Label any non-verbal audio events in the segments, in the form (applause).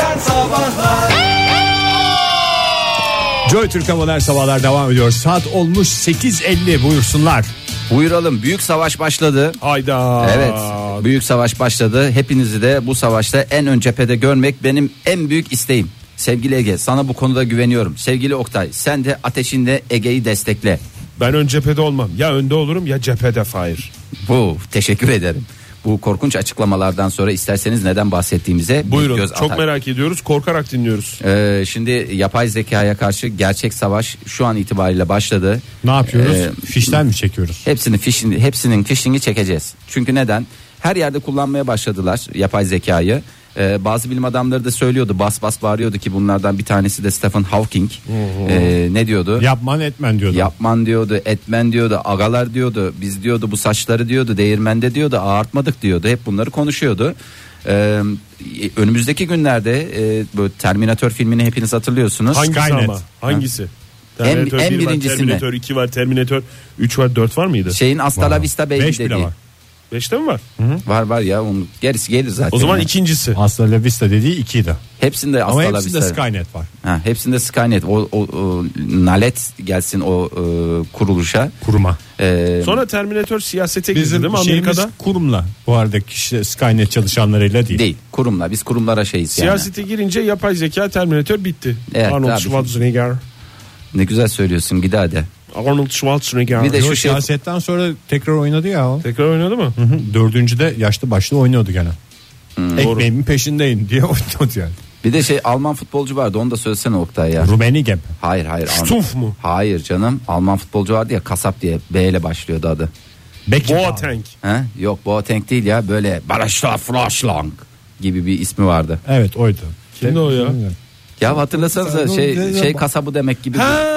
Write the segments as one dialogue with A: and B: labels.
A: Sabahlar
B: Joy Türk Havalar Sabahlar devam ediyor. Saat olmuş 8.50 buyursunlar.
C: Buyuralım büyük savaş başladı.
B: Hayda.
C: Evet büyük savaş başladı. Hepinizi de bu savaşta en ön cephede görmek benim en büyük isteğim. Sevgili Ege sana bu konuda güveniyorum. Sevgili Oktay sen de ateşinde Ege'yi destekle.
D: Ben ön cephede olmam. Ya önde olurum ya cephede Fahir.
C: Bu teşekkür ederim. Bu korkunç açıklamalardan sonra isterseniz neden bahsettiğimize bir
D: Buyurun.
C: göz
D: Çok
C: atar.
D: merak ediyoruz. Korkarak dinliyoruz.
C: Ee, şimdi yapay zekaya karşı gerçek savaş şu an itibariyle başladı.
B: Ne yapıyoruz?
C: Ee,
B: Fişten mi çekiyoruz?
C: Hepsini fişini, hepsinin fişini çekeceğiz. Çünkü neden? Her yerde kullanmaya başladılar yapay zekayı. Ee, bazı bilim adamları da söylüyordu bas bas bağırıyordu ki bunlardan bir tanesi de Stephen Hawking. Ee, ne diyordu?
B: Yapman etmen diyordu.
C: Yapman diyordu, etmen diyordu, agalar diyordu, biz diyordu bu saçları diyordu, değirmende diyordu, ağartmadık diyordu. Hep bunları konuşuyordu. Ee, önümüzdeki günlerde e, böyle Terminator filmini hepiniz hatırlıyorsunuz.
D: Hangisi
B: Skynet.
D: ama? Hangisi?
C: En- en
D: bir var,
C: birincisini.
D: Terminator 2 var, Terminator 3 var, 4 var mıydı?
C: Şeyin Hasta La Vista Baby
B: Beş bile
C: dediği.
B: var.
D: 5'te mi var?
C: Var var ya onun gerisi gelir zaten.
D: O zaman
C: ya.
D: ikincisi.
B: Aslında La Vista dediği 2'ydi.
C: hepsinde şey-
B: Ama
C: Hasta La
B: hepsinde
C: Vista.
B: Skynet var.
C: Ha, hepsinde Skynet o, o, o nalet gelsin o e, kuruluşa.
B: Kuruma.
C: E,
D: Sonra Terminator siyasete girdi
B: Bizim
D: değil mi
B: şeyimiz
D: Amerika'da?
B: kurumla. Bu arada kişi Skynet çalışanlarıyla değil.
C: değil kurumla biz kurumlara şeyiz yani.
D: Siyasete girince yapay zeka Terminator bitti.
C: Evet,
D: Arnold
C: tabii.
D: Schwarzenegger.
C: Ne güzel söylüyorsun gidi hadi.
D: Arnold Schwarzenegger.
C: Bir de
B: Yo,
C: şu şey
B: siyasetten sonra tekrar oynadı ya o.
D: Tekrar oynadı mı?
B: Hı hı, Dördüncüde yaşlı başlı oynuyordu gene.
C: Hmm,
B: Ekmeğimin peşindeyim diye (laughs) oynuyordu yani.
C: bir de şey Alman futbolcu vardı onu da söylesene Oktay ya.
B: Rummenigge mi?
C: Hayır hayır. Alman-
D: Stumpf mu?
C: Hayır canım. Alman futbolcu vardı ya kasap diye B ile başlıyordu adı.
B: Beckham.
D: Boateng.
C: He? Yok Boateng değil ya böyle Barışla Froschlang gibi bir ismi vardı.
B: Evet oydu.
D: Kimdi o ya?
C: Ya hatırlasanıza şey şey kasabı demek gibi. bir-
D: Ha!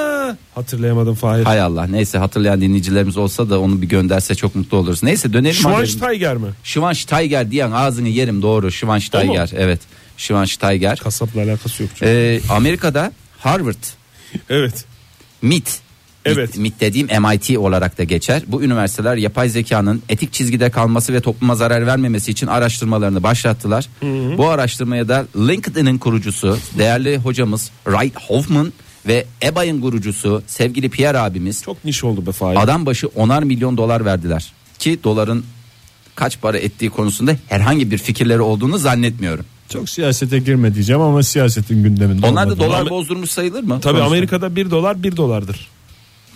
D: Hatırlayamadım Fahir.
C: Hay Allah neyse hatırlayan dinleyicilerimiz olsa da onu bir gönderse çok mutlu oluruz. Neyse dönelim. haberimize.
D: Schwarzenegger mi?
C: Schweinsteiger diyen ağzını yerim doğru. Schweinsteiger evet. Schweinsteiger.
D: Kasapla alakası yok. çünkü.
C: Ee, Amerika'da Harvard,
D: Evet.
C: MIT.
D: Evet.
C: MIT, MIT dediğim MIT olarak da geçer. Bu üniversiteler yapay zekanın etik çizgide kalması ve topluma zarar vermemesi için araştırmalarını başlattılar. Bu araştırmaya da LinkedIn'in kurucusu değerli hocamız Wright Hoffman ve EBA'ın kurucusu sevgili Pierre abimiz
D: Çok niş oldu be Fahir.
C: Adam başı onar milyon dolar verdiler. Ki doların kaç para ettiği konusunda herhangi bir fikirleri olduğunu zannetmiyorum.
B: Çok siyasete girme diyeceğim ama siyasetin gündeminde
C: Onlar da
B: olmadı.
C: dolar
D: Ama-
C: bozdurmuş sayılır mı?
D: Tabii
C: Konusunda.
D: Amerika'da 1 dolar 1 dolardır.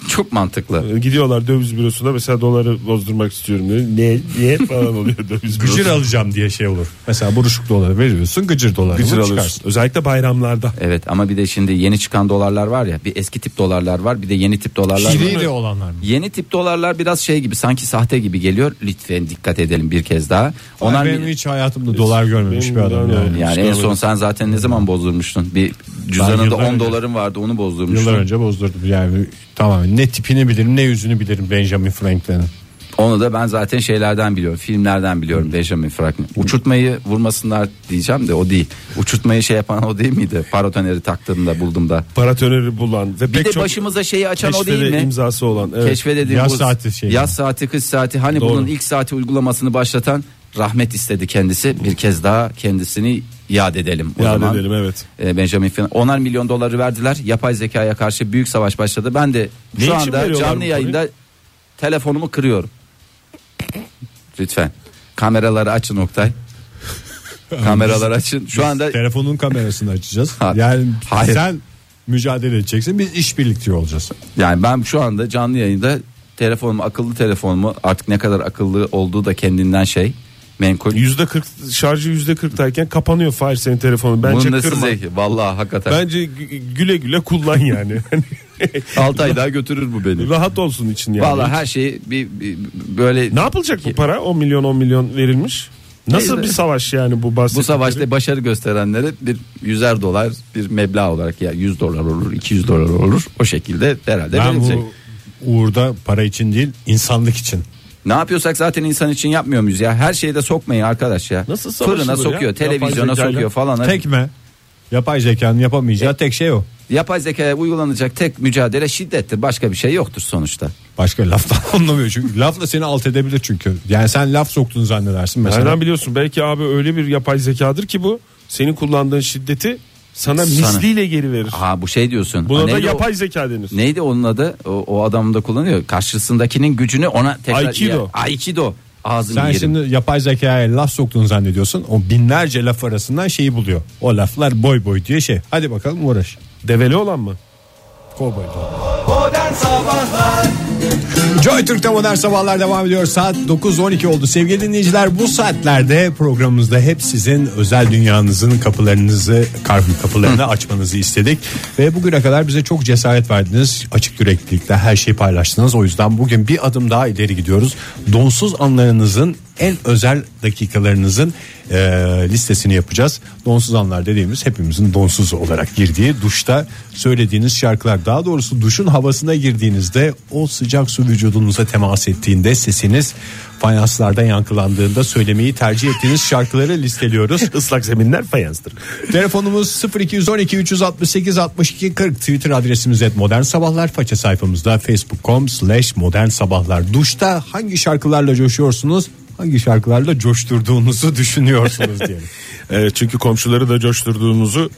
C: Çok mantıklı.
D: Ee, Gidiyorlar döviz bürosuna mesela doları bozdurmak istiyorum diyor. Ne niye falan oluyor döviz
B: Gıcır
D: bürosu.
B: alacağım diye şey olur. Mesela buruşuk doları veriyorsun gıcır doları
D: Gıcır
B: çıkarsın.
D: alıyorsun. Özellikle bayramlarda.
C: Evet ama bir de şimdi yeni çıkan dolarlar var ya bir eski tip dolarlar var bir de yeni tip dolarlar var.
B: İri de olanlar mı?
C: Yeni tip dolarlar biraz şey gibi sanki sahte gibi geliyor. Lütfen dikkat edelim bir kez daha. Onar
B: benim
C: mil-
B: hiç Şey hayatımda dolar görmemiş
D: Benim
B: bir adam
D: dolar
B: yani.
D: yok.
C: yani en son sen zaten ne zaman bozdurmuştun? Bir cüzdanında
B: yıllar
C: 10
B: önce.
C: doların vardı onu bozdurmuştun.
B: Yıllar önce bozdurdum yani tamamen ne tipini bilirim ne yüzünü bilirim Benjamin Franklin'in.
C: Onu da ben zaten şeylerden biliyorum. Filmlerden biliyorum Benjamin Franklin. Uçurtmayı vurmasınlar diyeceğim de o değil. Uçurtmayı şey yapan o değil miydi? Parotoneri taktığımda buldum da.
D: Paratöneri bulan ve
C: Bir
D: pek
C: de
D: çok
C: başımıza şeyi açan o
D: keşfe
C: değil
D: de
C: mi?
D: imzası olan. Evet.
C: Keşfe dediğim
B: Yaz
C: bu-
B: saati şey.
C: Yaz saati, kış saati. Hani
D: Doğru.
C: bunun ilk saati uygulamasını başlatan rahmet istedi kendisi. Bir kez daha kendisini yad edelim. O
D: Yad
C: zaman,
D: edelim, evet.
C: e, Benjamin Franklin. Onar milyon doları verdiler. Yapay zekaya karşı büyük savaş başladı. Ben de
D: Ne
C: şu
D: için
C: anda
D: veriyorlar bu
C: canlı
D: parayı?
C: yayında telefonumu kırıyorum. Lütfen. Kameraları açın
D: (laughs)
C: Oktay. Kameraları açın. Şu anda
B: Telefonun kamerasını açacağız.
C: Ha,
B: yani
C: hayır.
B: sen mücadele edeceksin biz işbirlikçi olacağız.
C: Yani ben şu anda canlı yayında telefonumu akıllı telefonumu artık ne kadar akıllı olduğu da kendinden şey menkul.
D: Yüzde kırk şarjı yüzde kırktayken kapanıyor Fahir senin telefonun. Bence
C: Bunun nasıl
D: kırma.
C: zevki? Vallahi hakikaten.
D: Bence gü- güle güle kullan yani. (laughs) Hani
C: 6 ay daha götürür bu beni.
D: Rahat olsun için yani.
C: Vallahi her şeyi bir, bir- böyle
D: Ne yapılacak bu para? 10 milyon 10 milyon verilmiş. Nasıl
C: Neyse.
D: bir savaş yani bu
C: bu
D: bahsettiğim?
C: savaşta başarı gösterenlere bir yüzer dolar bir meblağ olarak ya 100 dolar olur 200 dolar olur o şekilde herhalde
B: ben
C: verilecek.
B: bu uğurda para için değil insanlık için.
C: Ne yapıyorsak zaten insan için yapmıyor muyuz ya her şeyi de sokmayın arkadaş ya.
D: Nasıl savaşılır
C: Fırına
D: ya?
C: sokuyor
D: Yapay
C: televizyona
D: zekayla.
C: sokuyor falan. E-
B: Tekme yapay zekanın yapamayacağı tek şey o.
C: Yapay zekaya uygulanacak tek mücadele şiddettir. Başka bir şey yoktur sonuçta.
B: Başka laftan (laughs) anlamıyor çünkü. Lafla seni alt edebilir çünkü. Yani sen laf soktun zannedersin mesela.
D: Nereden biliyorsun? Belki abi öyle bir yapay zekadır ki bu. Senin kullandığın şiddeti sana,
C: Sana.
D: misliyle geri verir.
C: Ha bu şey diyorsun.
D: Buna
C: Ha,
D: da
C: neydi o-
D: yapay zeka denir.
C: Neydi onun adı? O, o adam da kullanıyor. Karşısındakinin gücünü ona tekrar...
D: Aikido.
C: Ya, Aikido. Ağzını
B: Sen
C: yerim.
B: şimdi yapay zekaya laf soktun zannediyorsun. O binlerce laf arasından şeyi buluyor. O laflar boy boy diye şey. Hadi bakalım uğraş.
D: Develi olan mı?
B: Kovboy diyor. Joy Türk'te modern sabahlar devam ediyor. Saat 9.12 oldu. Sevgili dinleyiciler bu saatlerde programımızda hep sizin özel dünyanızın kapılarınızı karpuz kapılarını açmanızı istedik. Ve bugüne kadar bize çok cesaret verdiniz. Açık yüreklilikle her şeyi paylaştınız. O yüzden bugün bir adım daha ileri gidiyoruz. Donsuz anlarınızın en özel dakikalarınızın e, listesini yapacağız. Donsuz anlar dediğimiz hepimizin donsuz olarak girdiği duşta söylediğiniz şarkılar daha doğrusu duşun havasına girdiğinizde o sıcak su vücudunuza temas ettiğinde sesiniz fayanslardan yankılandığında söylemeyi tercih ettiğiniz şarkıları listeliyoruz.
D: Islak zeminler fayanstır.
B: (laughs) Telefonumuz 0212 368 62 40 Twitter adresimiz et modern sabahlar faça sayfamızda facebook.com slash modern sabahlar duşta hangi şarkılarla coşuyorsunuz hangi şarkılarla coşturduğunuzu (laughs) düşünüyorsunuz diyelim.
D: Ee, çünkü komşuları da coşturduğumuzu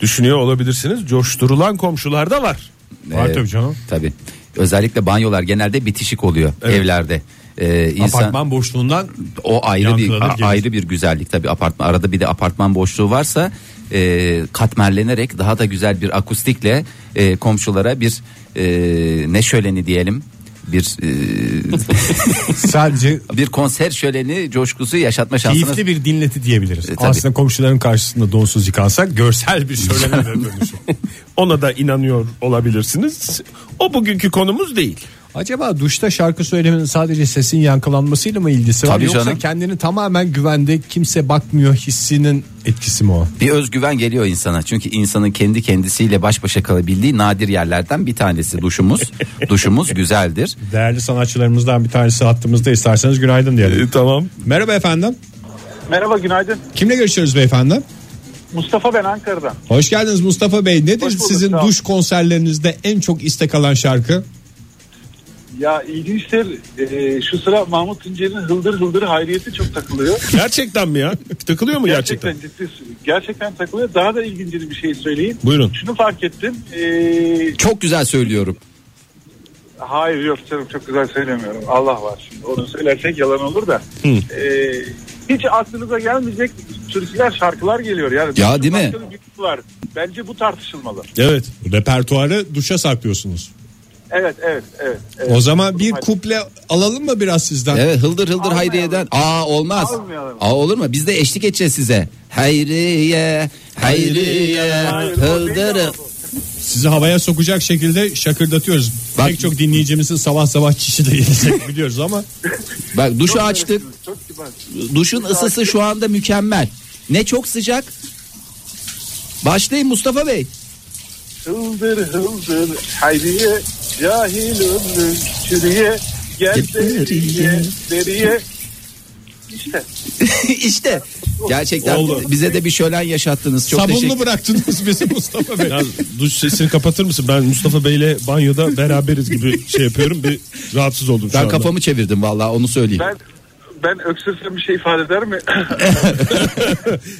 D: düşünüyor olabilirsiniz. Coşturulan komşular da var.
B: (laughs) Var tabii canım.
C: Tabii. Özellikle banyolar genelde bitişik oluyor evlerde. Ee, insan
B: Apartman boşluğundan
C: o ayrı bir
B: Yankılanır
C: a-
B: gelir.
C: ayrı bir güzellik tabii apartman arada bir de apartman boşluğu varsa e, katmerlenerek daha da güzel bir akustikle e, komşulara bir e, ne şöleni diyelim bir e,
B: (laughs) sadece
C: (laughs) bir konser şöleni coşkusu yaşatma şansınız
B: keyifli bir dinleti diyebiliriz.
C: tabii.
B: Aslında komşuların karşısında donsuz yıkansak görsel bir şölene de dönüşür.
D: Ona da inanıyor olabilirsiniz. O bugünkü konumuz değil.
B: Acaba duşta şarkı söylemenin sadece sesin yankılanmasıyla mı ilgisi var
C: Tabii
B: yoksa
C: canım.
B: kendini tamamen güvende kimse bakmıyor hissinin etkisi mi o?
C: bir özgüven geliyor insana. Çünkü insanın kendi kendisiyle baş başa kalabildiği nadir yerlerden bir tanesi duşumuz. duşumuz güzeldir.
B: Değerli sanatçılarımızdan bir tanesi hattımızda isterseniz günaydın
C: Ee,
B: diyelim.
D: tamam.
B: Merhaba efendim.
A: Merhaba günaydın.
B: Kimle görüşüyoruz beyefendi?
A: Mustafa ben Ankara'dan.
B: Hoş geldiniz Mustafa Bey. Nedir
A: Hoş bulduk,
B: sizin
A: sağ ol.
B: duş konserlerinizde en çok istek alan şarkı?
A: Ya ilginçtir e, şu sıra Mahmut Tuncer'in hıldır hıldır hayriyeti çok takılıyor.
D: Gerçekten
B: (laughs)
D: mi ya? Takılıyor mu gerçekten?
A: Gerçekten ciddi gerçekten takılıyor. Daha da ilginç bir şey söyleyeyim.
D: Buyurun.
A: Şunu fark ettim. E,
C: Çok güzel söylüyorum.
A: hayır yok canım çok güzel söylemiyorum. Allah var şimdi. Onu söylersek yalan olur da. E, hiç aklınıza gelmeyecek türküler şarkılar geliyor. Yani
C: Ya, değil mi?
A: Başka bir yük Var. Bence bu tartışılmalı.
D: Evet.
B: Repertuarı duşa saklıyorsunuz.
A: Evet evet evet. evet.
B: O zaman bir kuple alalım mı biraz sizden?
C: Evet hıldır hıldır
A: Almayalım.
C: hayriyeden. Aa olmaz.
A: Almayalım.
C: Aa olur mu? Biz de eşlik edeceğiz size. Hayriye, hayriye,
A: Hayır, o değil
C: hıldır.
A: ama bu.
B: Sizi havaya sokacak şekilde şakırdatıyoruz.
C: Bak-
B: Pek çok dinleyicimizin sabah sabah çişi de
D: (laughs)
B: gelecek biliyoruz ama
C: Bak duşu
A: Çok
C: açtık.
A: güzel, Çok kibar.
C: Duşun ısısı şu anda mükemmel. Ne çok sıcak. Başlayın Mustafa Bey. (laughs)
A: Hıldır hıldır hayriye cahil ömrüm çürüye gel deriye deriye İşte
C: işte gerçekten
D: Oldu.
C: bize de bir şölen yaşattınız. Çok
B: sabunlu
C: teşekkür.
B: bıraktınız bizi Mustafa Bey.
D: Ya duş sesini kapatır mısın? Ben Mustafa Bey'le banyoda beraberiz gibi şey yapıyorum. Bir rahatsız oldum şu
C: Ben
D: anda.
C: kafamı çevirdim vallahi onu söyleyeyim.
A: ben ben öksürsem bir şey ifade eder mi?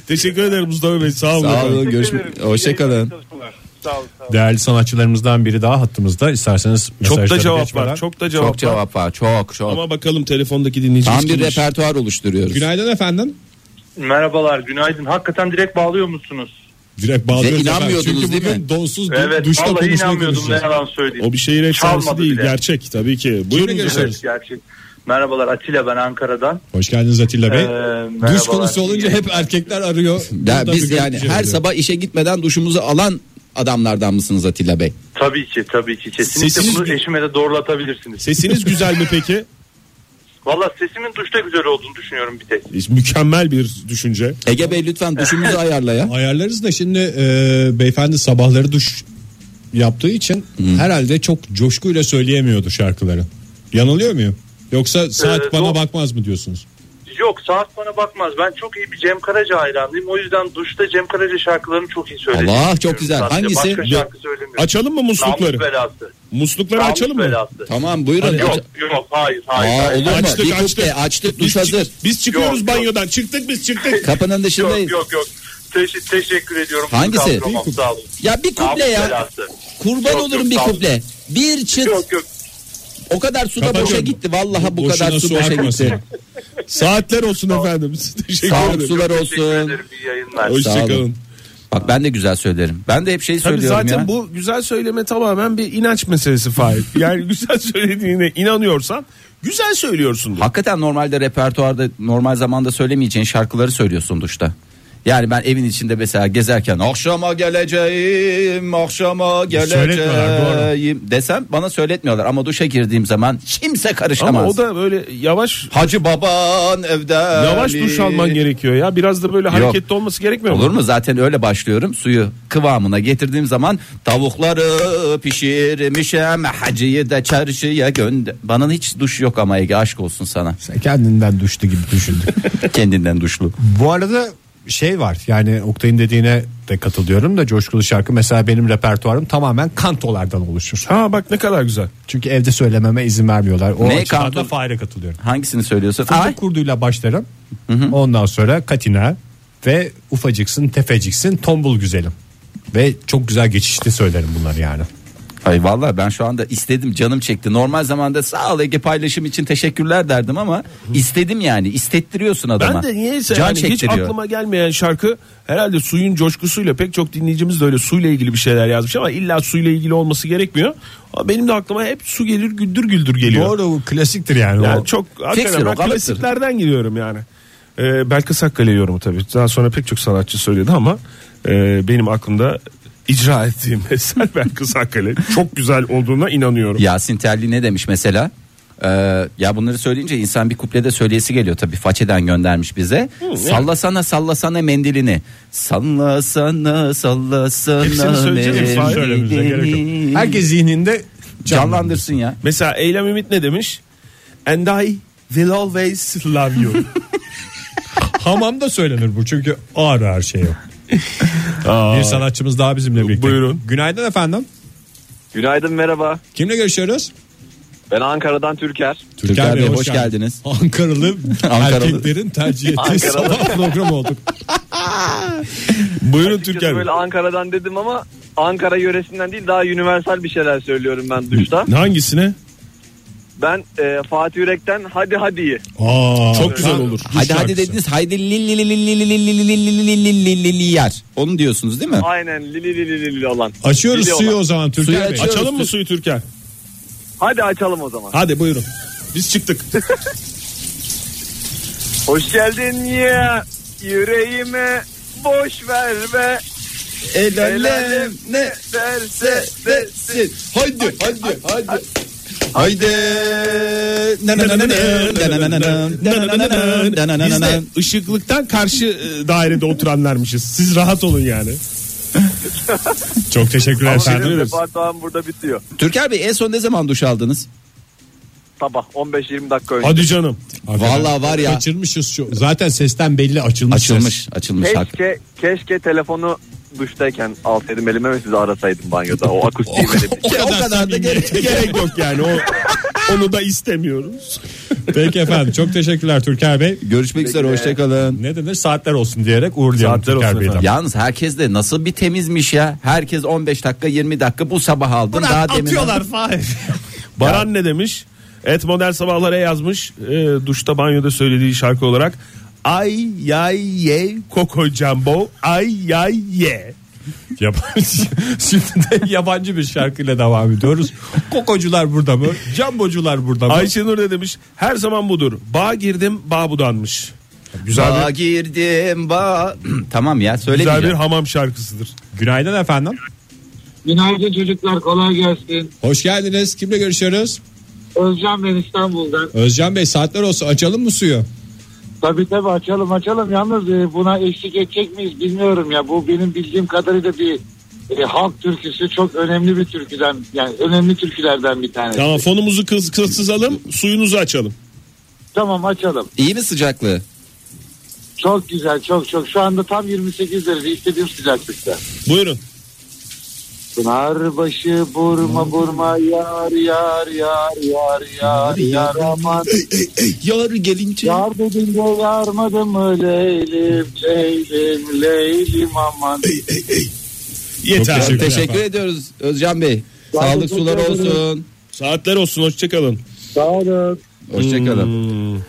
D: Teşekkür ederim Mustafa Bey. Sağ olun.
C: Sağ
D: efendim.
C: olun. Görüşmek
A: Teşekkür ederim.
C: Hoşçakalın.
A: Sağ olun. Sağ olun.
B: Değerli sanatçılarımızdan biri daha hattımızda. İsterseniz
D: Çok
B: (laughs)
D: da
B: mesajları
D: cevap
B: geçmeden-
D: var. Çok da cevap,
C: Çok
D: var.
C: cevap var. Çok çok.
D: Ama bakalım telefondaki dinleyicimiz
C: Tam bir
D: kimmiş?
C: repertuar oluşturuyoruz.
B: Günaydın efendim.
E: Merhabalar, günaydın. Hakikaten direkt bağlıyor musunuz?
B: Direkt bağlıyoruz.
C: Ve inanmiyordunuz
B: efendim. Çünkü
C: değil
B: bugün
C: mi?
B: donsuz du-
E: Evet,
B: duşta
E: vallahi
B: konuşmayı
E: inanmıyordum ne
B: konuşacağız.
E: yalan söyleyeyim.
B: şey
D: O bir şehir efsanesi
E: Çalmadı
D: değil.
E: bile.
D: Gerçek tabii ki. Buyurun
B: görüşüyoruz?
D: görüşürüz.
E: Evet, gerçek. Merhabalar Atilla ben Ankara'dan.
B: Hoş geldiniz Atilla Bey.
E: Ee, merhabalar.
B: Duş konusu olunca hep erkekler arıyor.
C: Ya
B: Burada
C: biz
B: bir
C: yani
B: görüntü
C: her
B: oluyor.
C: sabah işe gitmeden duşumuzu alan adamlardan mısınız Atilla Bey?
E: Tabii ki tabii ki kesinlikle
D: Sesiniz
E: bunu
D: gü-
E: eşime de doğrulatabilirsiniz.
D: Sesiniz güzel mi peki?
E: Valla sesimin duşta güzel olduğunu düşünüyorum bir tek.
D: Mükemmel bir düşünce.
C: Ege Bey lütfen
E: (laughs)
C: duşumuzu ayarla ya.
B: Ayarlarız da şimdi e, beyefendi sabahları duş yaptığı için herhalde çok coşkuyla söyleyemiyordu şarkıları. Yanılıyor muyum? Yoksa saat
E: Ee,
B: bana
E: do-
B: bakmaz mı diyorsunuz?
E: Yok saat bana bakmaz. Ben çok iyi bir Cem Karaca hayranıyım. O yüzden duşta Cem Karaca şarkılarını çok iyi söylüyorum.
F: Allah, çok güzel. Hangisi?
E: Başka şarkı söylemiyorum.
D: Açalım mı muslukları?
E: Namus belası.
D: Muslukları
E: Namus
D: açalım mı?
E: belası.
F: Tamam buyurun.
E: Yok
F: Aç-
E: yok hayır hayır.
F: Aa,
E: hayır.
F: olur mu?
D: Açtık,
F: bir
D: açtık.
F: kuple
D: Biz,
F: açtık duş hazır.
D: çık- biz çıkıyoruz
E: Yok, yok.
D: banyodan. Çıktık biz çıktık.
F: Kapının dışındayız.
E: Yok yok yok. Teş- teşekkür ediyorum.
F: Hangisi?
E: Kaldırmam, sağ olun.
F: Ya bir kuple
E: Namus
F: ya.
E: belası.
F: Kurban
E: Yok,
F: olurum
E: yok,
F: bir
E: sağ olun.
F: kuple. Bir çıt
E: Yok yok.
F: o kadar su da boşa
D: Kapatıyorum.
F: gitti. Vallahi bu
D: Boşuna
F: kadar su
D: su
F: boşa
D: akmasın.
F: gitti.
D: Saatler olsun efendim. Teşekkür
F: Sağlık
D: ederim.
F: sular
E: Teşekkür
F: olsun.
E: ederim. İyi yayınlar.
D: Hoşçakalın.
C: Bak ben de güzel söylerim. Ben de hep şey
D: Tabii
C: söylüyorum
D: zaten
C: ya.
D: bu güzel söyleme tamamen bir inanç meselesi Fahir. Yani güzel söylediğine inanıyorsan güzel söylüyorsun.
C: Hakikaten normalde repertuarda normal zamanda söylemeyeceğin şarkıları söylüyorsun duşta. Yani ben evin içinde mesela gezerken akşama geleceğim, akşama
B: Söyletmiyorlar,
C: geleceğim desem bana söyletmiyorlar ama duşa girdiğim zaman kimse karışamaz.
D: Ama o da böyle yavaş
C: Hacı baban evde.
D: yavaş duş alman gerekiyor ya. Biraz da böyle hareketli olması gerekmiyor
C: Olur
D: mu?
C: mu? Zaten öyle başlıyorum. Suyu kıvamına getirdiğim zaman tavukları pişirmişim. Hacıyı da çarşıya gönder. Bana hiç duş yok ama Ege aşk olsun
D: (laughs)
C: sana.
B: Sen kendinden düştü gibi düşündün.
C: Kendinden duşlu.
B: (laughs) Bu arada şey var yani Oktay'ın dediğine de katılıyorum da coşkulu şarkı mesela benim repertuarım tamamen kantolardan oluşur.
D: Ha bak ne kadar güzel.
B: Çünkü evde söylememe izin vermiyorlar. O
C: Ne
B: açıdan
C: kanto?
B: da Fahir'e katılıyorum.
C: Hangisini söylüyorsun? Ay.
B: Fındık kurduyla başlarım. Ondan sonra Katina ve ufacıksın tefeciksin tombul güzelim. Ve çok güzel geçişli söylerim bunları yani.
C: Ay vallahi ben şu anda istedim canım çekti. Normal zamanda sağ ol Ege paylaşım için teşekkürler derdim ama istedim yani. istettiriyorsun
D: Ben
C: adama.
D: de niyeyse
C: Can
D: yani hiç
C: çektiriyor.
D: aklıma gelmeyen şarkı herhalde suyun coşkusuyla pek çok dinleyicimiz de öyle suyla ilgili bir şeyler yazmış ama illa suyla ilgili olması gerekmiyor. Ama benim de aklıma hep su gelir güldür güldür geliyor.
B: Doğru bu klasiktir yani.
D: Yani
B: O-
D: çok
C: Fiksir,
D: hakikaten
C: o
D: ben
C: kalıptır.
D: klasiklerden gidiyorum yani. Ee, Belkıs Akkale yorumu tabii. Daha sonra pek çok sanatçı söyledi ama e, benim aklımda icra ettiğim (laughs) eser Belkıs Akkale. Çok güzel olduğuna inanıyorum.
C: Yasin Terli ne demiş mesela? Ee, ya bunları söyleyince insan bir kuplede söyleyesi geliyor tabii façeden göndermiş bize. sallasana sallasana mendilini. Sallasana
D: Hepsini
C: sallasana
D: söyleyeceğiz, hepsini
B: söylememize gerek
C: mendilini.
B: Herkes zihninde
C: canlandırsın ya.
D: Mesela Eylem Ümit ne demiş? And I will always love
C: (laughs)
D: you.
B: hamamda söylenir bu çünkü ağır her şey yok. Bir sanatçımız daha bizimle birlikte.
D: Buyurun.
B: Günaydın efendim.
G: Günaydın merhaba.
B: Kimle görüşüyoruz?
G: Ben Ankara'dan Türker.
C: Türker Bey, hoş geldiniz.
B: Ankaralı,
C: Ankaralı.
B: erkeklerin tercih ettiği
G: Ankaralı.
B: sabah programı olduk.
D: (laughs) Buyurun
G: Açıkçası
D: Türker Bey.
G: Böyle Ankara'dan dedim ama Ankara yöresinden değil daha universal bir şeyler söylüyorum ben duşta.
D: Hangisine?
G: Ben e, Fatih Yürek'ten hadi hadiyi.
B: (laughs) Aa,
D: Çok güzel olur.
C: Hadi hadi dediniz haydi yer. Onu diyorsunuz değil mi?
D: Ah,
G: Aynen li li li li li li olan.
B: Açıyoruz
G: Lili
B: suyu
G: olan.
B: o zaman Türker
C: Suyu
B: Bey.
C: açıyoruz.
D: Açalım mı suyu Türker?
G: Hadi açalım o zaman.
D: Hadi buyurun. Biz çıktık.
G: Hoş geldin ya yüreğime boş ver be.
C: El
G: alem
C: ne
G: Derse
C: desin. Haydi haydi haydi. Haydi.
D: Biz de ışıklıktan karşı e, dairede oturanlarmışız. Siz rahat olun yani.
B: Çok teşekkürler
G: Ama
B: efendim.
G: benim repertuarım burada bitiyor.
C: Türker Bey en son ne zaman duş aldınız?
G: Sabah 15-20 dakika önce.
D: Hadi canım.
C: Vallahi var ya.
B: Kaçırmışız şu. Zaten sesten belli açılmış. ses.
C: Açılmış açılmış haklı.
G: Keşke, keşke telefonu duştayken alsaydım elime ve sizi arasaydım banyoda. O
B: (laughs)
G: akustiği verebilirim.
C: O kadar, da gerek
D: (laughs) Gerek yok yani. O, onu da istemiyoruz.
B: Peki efendim çok teşekkürler Türker Bey.
C: Görüşmek üzere hoşçakalın.
B: Ne denir saatler olsun diyerek uğurlayalım
D: Saatler
B: Türker
D: olsun
B: Bey'den.
D: efendim.
C: Yalnız herkes de nasıl bir temizmiş ya. Herkes 15 dakika 20 dakika bu sabah aldım. daha demin aldım.
D: Baran ne demiş? Et modern sabahlara yazmış. E, duşta banyoda söylediği şarkı olarak. Ay yay ye koko jumbo ay yay ye.
B: Yabancı, (laughs) şimdi de yabancı bir şarkıyla devam ediyoruz. Kokocular burada mı? Cambocular burada mı?
D: Ayşenur ne demiş? Her zaman budur. Bağ girdim bağ budanmış. Güzel
C: Bağa
D: bir,
C: girdim ba. (clears throat) tamam ya
D: güzel bir
C: söylemeyeceğim.
D: hamam şarkısıdır.
B: Günaydın efendim.
H: Günaydın çocuklar kolay gelsin.
B: Hoş geldiniz. Kimle görüşüyoruz?
H: Özcan ben İstanbul'dan.
B: Özcan Bey saatler olsun açalım mı suyu?
H: Tabii tabii açalım açalım. Yalnız e, buna eşlik edecek miyiz bilmiyorum ya. Bu benim bildiğim kadarıyla bir e, halk türküsü çok önemli bir türküden yani önemli türkülerden bir tanesi.
D: Tamam fonumuzu kız, kızsız alın suyunuzu açalım.
H: Tamam açalım.
C: İyi mi sıcaklığı?
H: Çok güzel çok çok. Şu anda tam 28 derece istediğim sıcaklıkta.
I: Buyurun.
H: Pınar başı burma burma yar yar yar yar yar yar aman.
I: Yar gelince.
H: Yar dedin de yarmadı mı leylim leylim leylim aman.
I: Yeter.
B: Çok teşekkür
C: Teşekkür ediyoruz Özcan Bey. Sağlık
H: teşekkür
C: sular
H: ederim.
C: olsun.
I: Saatler olsun hoşçakalın.
H: Sağ olun.
C: Hoşçakalın.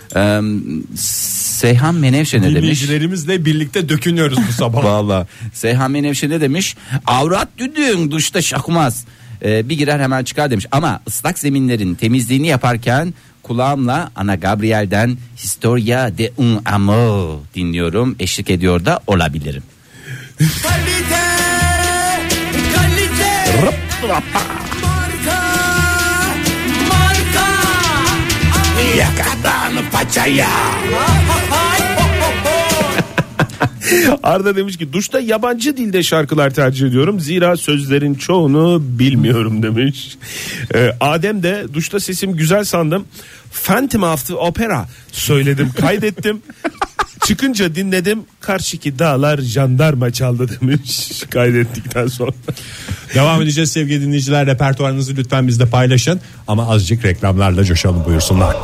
C: Seyhan Menevşe ne demiş?
B: Dinleyicilerimizle birlikte dökünüyoruz bu sabah.
C: Valla. Seyhan Menevşe ne demiş? Avrat düdüğün duşta şakmaz. Ee, bir girer hemen çıkar demiş. Ama ıslak zeminlerin temizliğini yaparken kulağımla Ana Gabriel'den Historia de un amour dinliyorum. Eşlik ediyor da olabilirim.
D: Arda demiş ki duşta yabancı dilde şarkılar tercih ediyorum. Zira sözlerin çoğunu bilmiyorum (laughs) demiş. Ee, Adem de duşta sesim güzel sandım. Phantom of the Opera söyledim kaydettim. Çıkınca dinledim. Karşıki dağlar jandarma çaldı demiş (laughs) kaydettikten sonra.
B: Devam edeceğiz sevgili dinleyiciler. Repertuarınızı lütfen bizde paylaşın. Ama azıcık reklamlarla coşalım buyursunlar.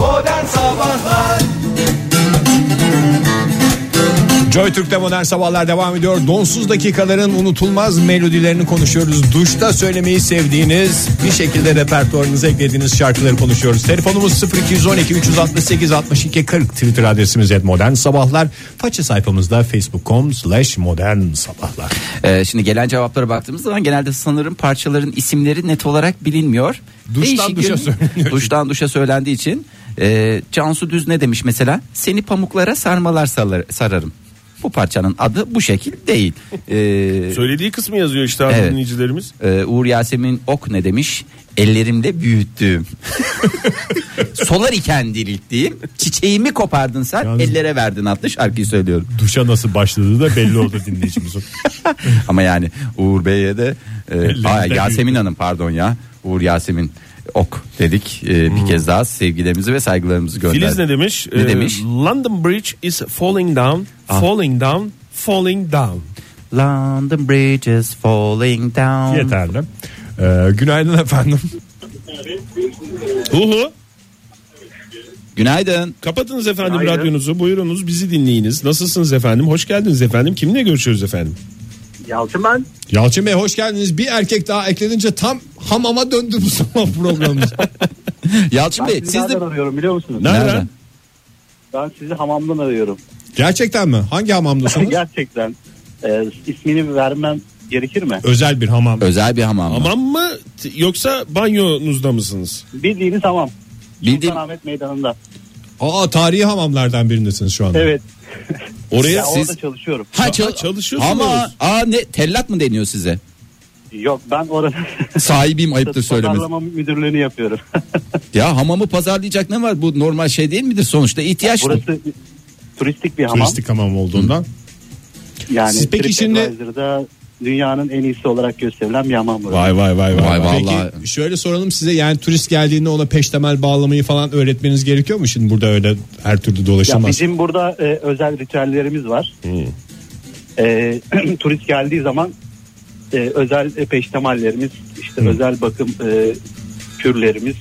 B: Joy Türk'te modern sabahlar devam ediyor. Donsuz dakikaların unutulmaz melodilerini konuşuyoruz. Duşta söylemeyi sevdiğiniz bir şekilde repertuarınıza eklediğiniz şarkıları konuşuyoruz. Telefonumuz 0212 368 62 40 Twitter adresimiz et modern sabahlar. Faça sayfamızda facebook.com slash modern sabahlar.
C: Ee, şimdi gelen cevaplara baktığımız zaman genelde sanırım parçaların isimleri net olarak bilinmiyor.
B: Duştan duşa söyleniyor.
C: Duştan duşa söylendiği için. Ee, Cansu Düz ne demiş mesela? Seni pamuklara sarmalar salar- sararım. Bu parçanın adı bu şekil değil. Ee,
D: Söylediği kısmı yazıyor işte abi
C: Evet.
D: dinleyicilerimiz.
C: e, Uğur Yasemin Ok ne demiş? Ellerimde
B: (laughs)
C: büyüttüğüm. Solar iken dirilttiğim. Çiçeğimi kopardın sen
B: Yalnız-
C: ellere verdin adlı şarkıyı söylüyorum.
B: Duşa nasıl başladığı da belli oldu (laughs) dinleyicimizin.
C: (laughs) Ama yani Uğur Bey'e de
I: (laughs)
C: e, aa,
B: büyük.
C: Yasemin Hanım pardon ya Uğur Yasemin Ok dedik E,
I: Hmm.
C: bir kez daha sevgilerimizi ve saygılarımızı gönderdik.
D: Filiz ne demiş?
C: Ne
D: Ee,
C: demiş? Ah.
D: London Bridge is falling down, falling down, falling down.
C: London Bridge is falling down.
B: Yeterli. Ee, günaydın efendim.
I: Hu hu.
C: Günaydın.
I: Kapatınız efendim radyonuzu. Buyurunuz bizi dinleyiniz. Nasılsınız efendim? Hoş geldiniz efendim. Kimle görüşüyoruz efendim?
E: Yalçın ben.
B: Yalçın Bey hoş geldiniz. Bir erkek daha eklenince tam hamama döndü bu sabah (laughs) programımız.
C: Yalçın Bey
E: Sizi
C: siz de
E: nereden arıyorum biliyor musunuz?
I: Nereden?
C: Nereden?
E: Ben sizi hamamdan arıyorum.
B: Gerçekten mi? Hangi (laughs) hamamdasınız?
E: Gerçekten e, ismini vermem gerekir mi?
B: Özel bir hamam.
C: özel bir hamam. var.
I: Hamam mı t- yoksa banyonuzda mısınız?
E: Bildiğiniz hamam.
C: Bildiğin-
E: Sultanahmet Meydanı'nda.
B: Aa tarihi hamamlardan birindesiniz şu anda.
E: Evet.
I: Oraya
E: Ya
I: siz
E: Orada çalışıyorum.
I: Ha,
C: çal-
I: çalışıyorsunuz.
C: ama aa ne tellak mı deniyor size?
E: Yok ben orada (laughs)
C: Sahibiyim ayıptır söylemesi.
E: pazarlama müdürlüğünü yapıyorum.
C: Ya hamamı pazarlayacak ne var? Bu normal şey değil midir sonuçta? ihtiyaç mı?
E: Burası turistik bir hamam.
B: Turistik hamam olduğundan.
E: Yani
B: Siz peki şimdi-
E: TripAdvisor'da dünyanın en iyisi olarak gösterilen bir hamam burası.
I: Vay vay vay vay.
C: Vay vay. Vallahi-
B: Peki şöyle soralım size yani turist geldiğinde ona peştemal bağlamayı falan öğretmeniz gerekiyor mu? Şimdi burada öyle her türlü
E: Ya
B: dolaşılmaz.
E: bizim burada e, özel ritüellerimiz var.
B: Hmm.
E: E, (clears throat) turist geldiği zaman e, özel e, peştemallerimiz, işte
B: Hmm.
E: özel bakım e, kürlerimiz.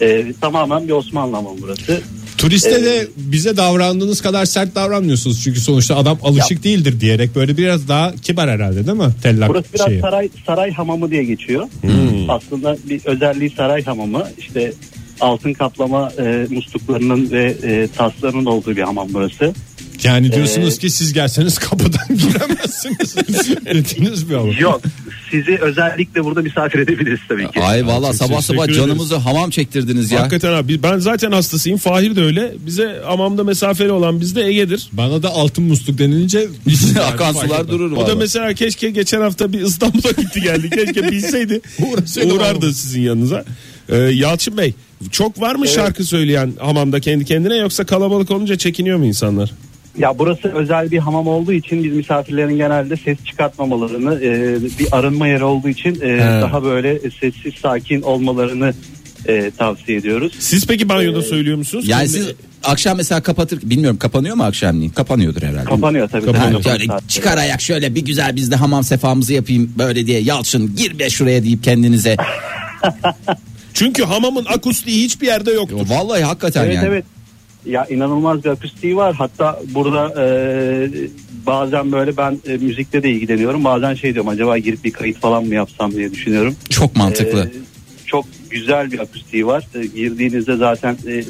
E: E, tamamen bir Osmanlı hamamı burası.
B: Turiste de bize davrandığınız kadar sert davranmıyorsunuz. Çünkü sonuçta adam alışık değildir diyerek böyle biraz daha kibar herhalde değil mi? Tellak
E: Burası biraz
B: şeyi.
E: saray saray hamamı diye geçiyor. Aslında bir özelliği saray hamamı. İşte altın kaplama e, musluklarının ve e, taslarının olduğu bir hamam burası. Ee,
B: Yani diyorsunuz ki siz gelseniz kapıdan
E: (laughs)
B: (laughs) giremezsiniz. Dediniz mi ama?
E: Yok. Sizi özellikle burada misafir edebiliriz tabii ki.
C: Ay valla
I: Çok
C: sabah sabah
I: teşekkür
C: canımızı hamam çektirdiniz ya.
I: Hakikaten abi ben zaten hastasıyım. Fahir de öyle. Bize hamamda mesafeli olan bizde Ege'dir.
B: Bana da altın musluk denilince
C: (laughs) Akan sular durur
I: O da
C: valla.
I: mesela keşke geçen hafta bir İstanbul'a gitti geldi. Keşke
C: (laughs)
I: bilseydi.
B: Uğrasaydı
I: Uğrardı
B: hamama.
I: sizin yanınıza. Ee, Yalçın Bey çok var mı şarkı söyleyen hamamda kendi kendine yoksa kalabalık olunca çekiniyor mu insanlar?
E: Ya burası özel bir hamam olduğu için biz misafirlerin genelde ses çıkartmamalarını e, bir arınma yeri olduğu için e, daha böyle sessiz sakin olmalarını e, tavsiye ediyoruz.
I: Siz peki banyoda söylüyor musunuz?
C: Ee, Yani
I: Kendi-
C: siz akşam mesela kapatır bilmiyorum kapanıyor mu akşamleyin? Kapanıyordur herhalde.
E: Kapanıyor tabii.
C: Ha,
E: Kapanıyor.
C: yani çıkar ayak şöyle bir güzel biz de hamam sefamızı yapayım böyle diye yalçın gir be şuraya deyip
D: (laughs)
C: kendinize.
D: Çünkü hamamın akustiği hiçbir yerde yok.
C: Vallahi hakikaten
E: Evet
C: yani.
E: evet. Ya inanılmaz bir akustiği var. Hatta burada e, bazen böyle ben e, müzikle de ilgileniyorum. Bazen şey diyorum acaba girip bir kayıt falan mı yapsam diye düşünüyorum.
C: Çok mantıklı.
E: E, çok güzel bir akustiği var. E, girdiğinizde zaten e,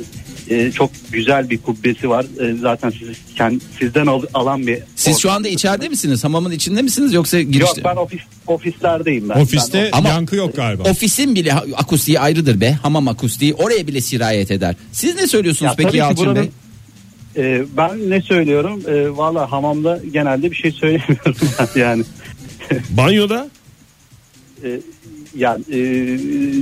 E: e, çok güzel bir kubbesi var. E, zaten siz, kend, sizden al- alan bir...
C: Siz şu anda içeride misiniz? Hamamın içinde misiniz yoksa girişte?
E: Yok ben ofis, ofislerdeyim ben.
B: Ofiste
C: Ama-
B: yankı yok galiba.
C: Ofisin bile ha- akustiği ayrıdır be. Hamam akustiği oraya bile sirayet eder. Siz ne söylüyorsunuz
E: Ya tabii
C: peki
E: ki
C: Yalçın
E: buranın-
C: Bey?
E: Ee, ben ne söylüyorum? Ee, Valla hamamda genelde bir şey söylemiyorum (laughs) ben yani.
D: Banyoda
E: Ee, yani e,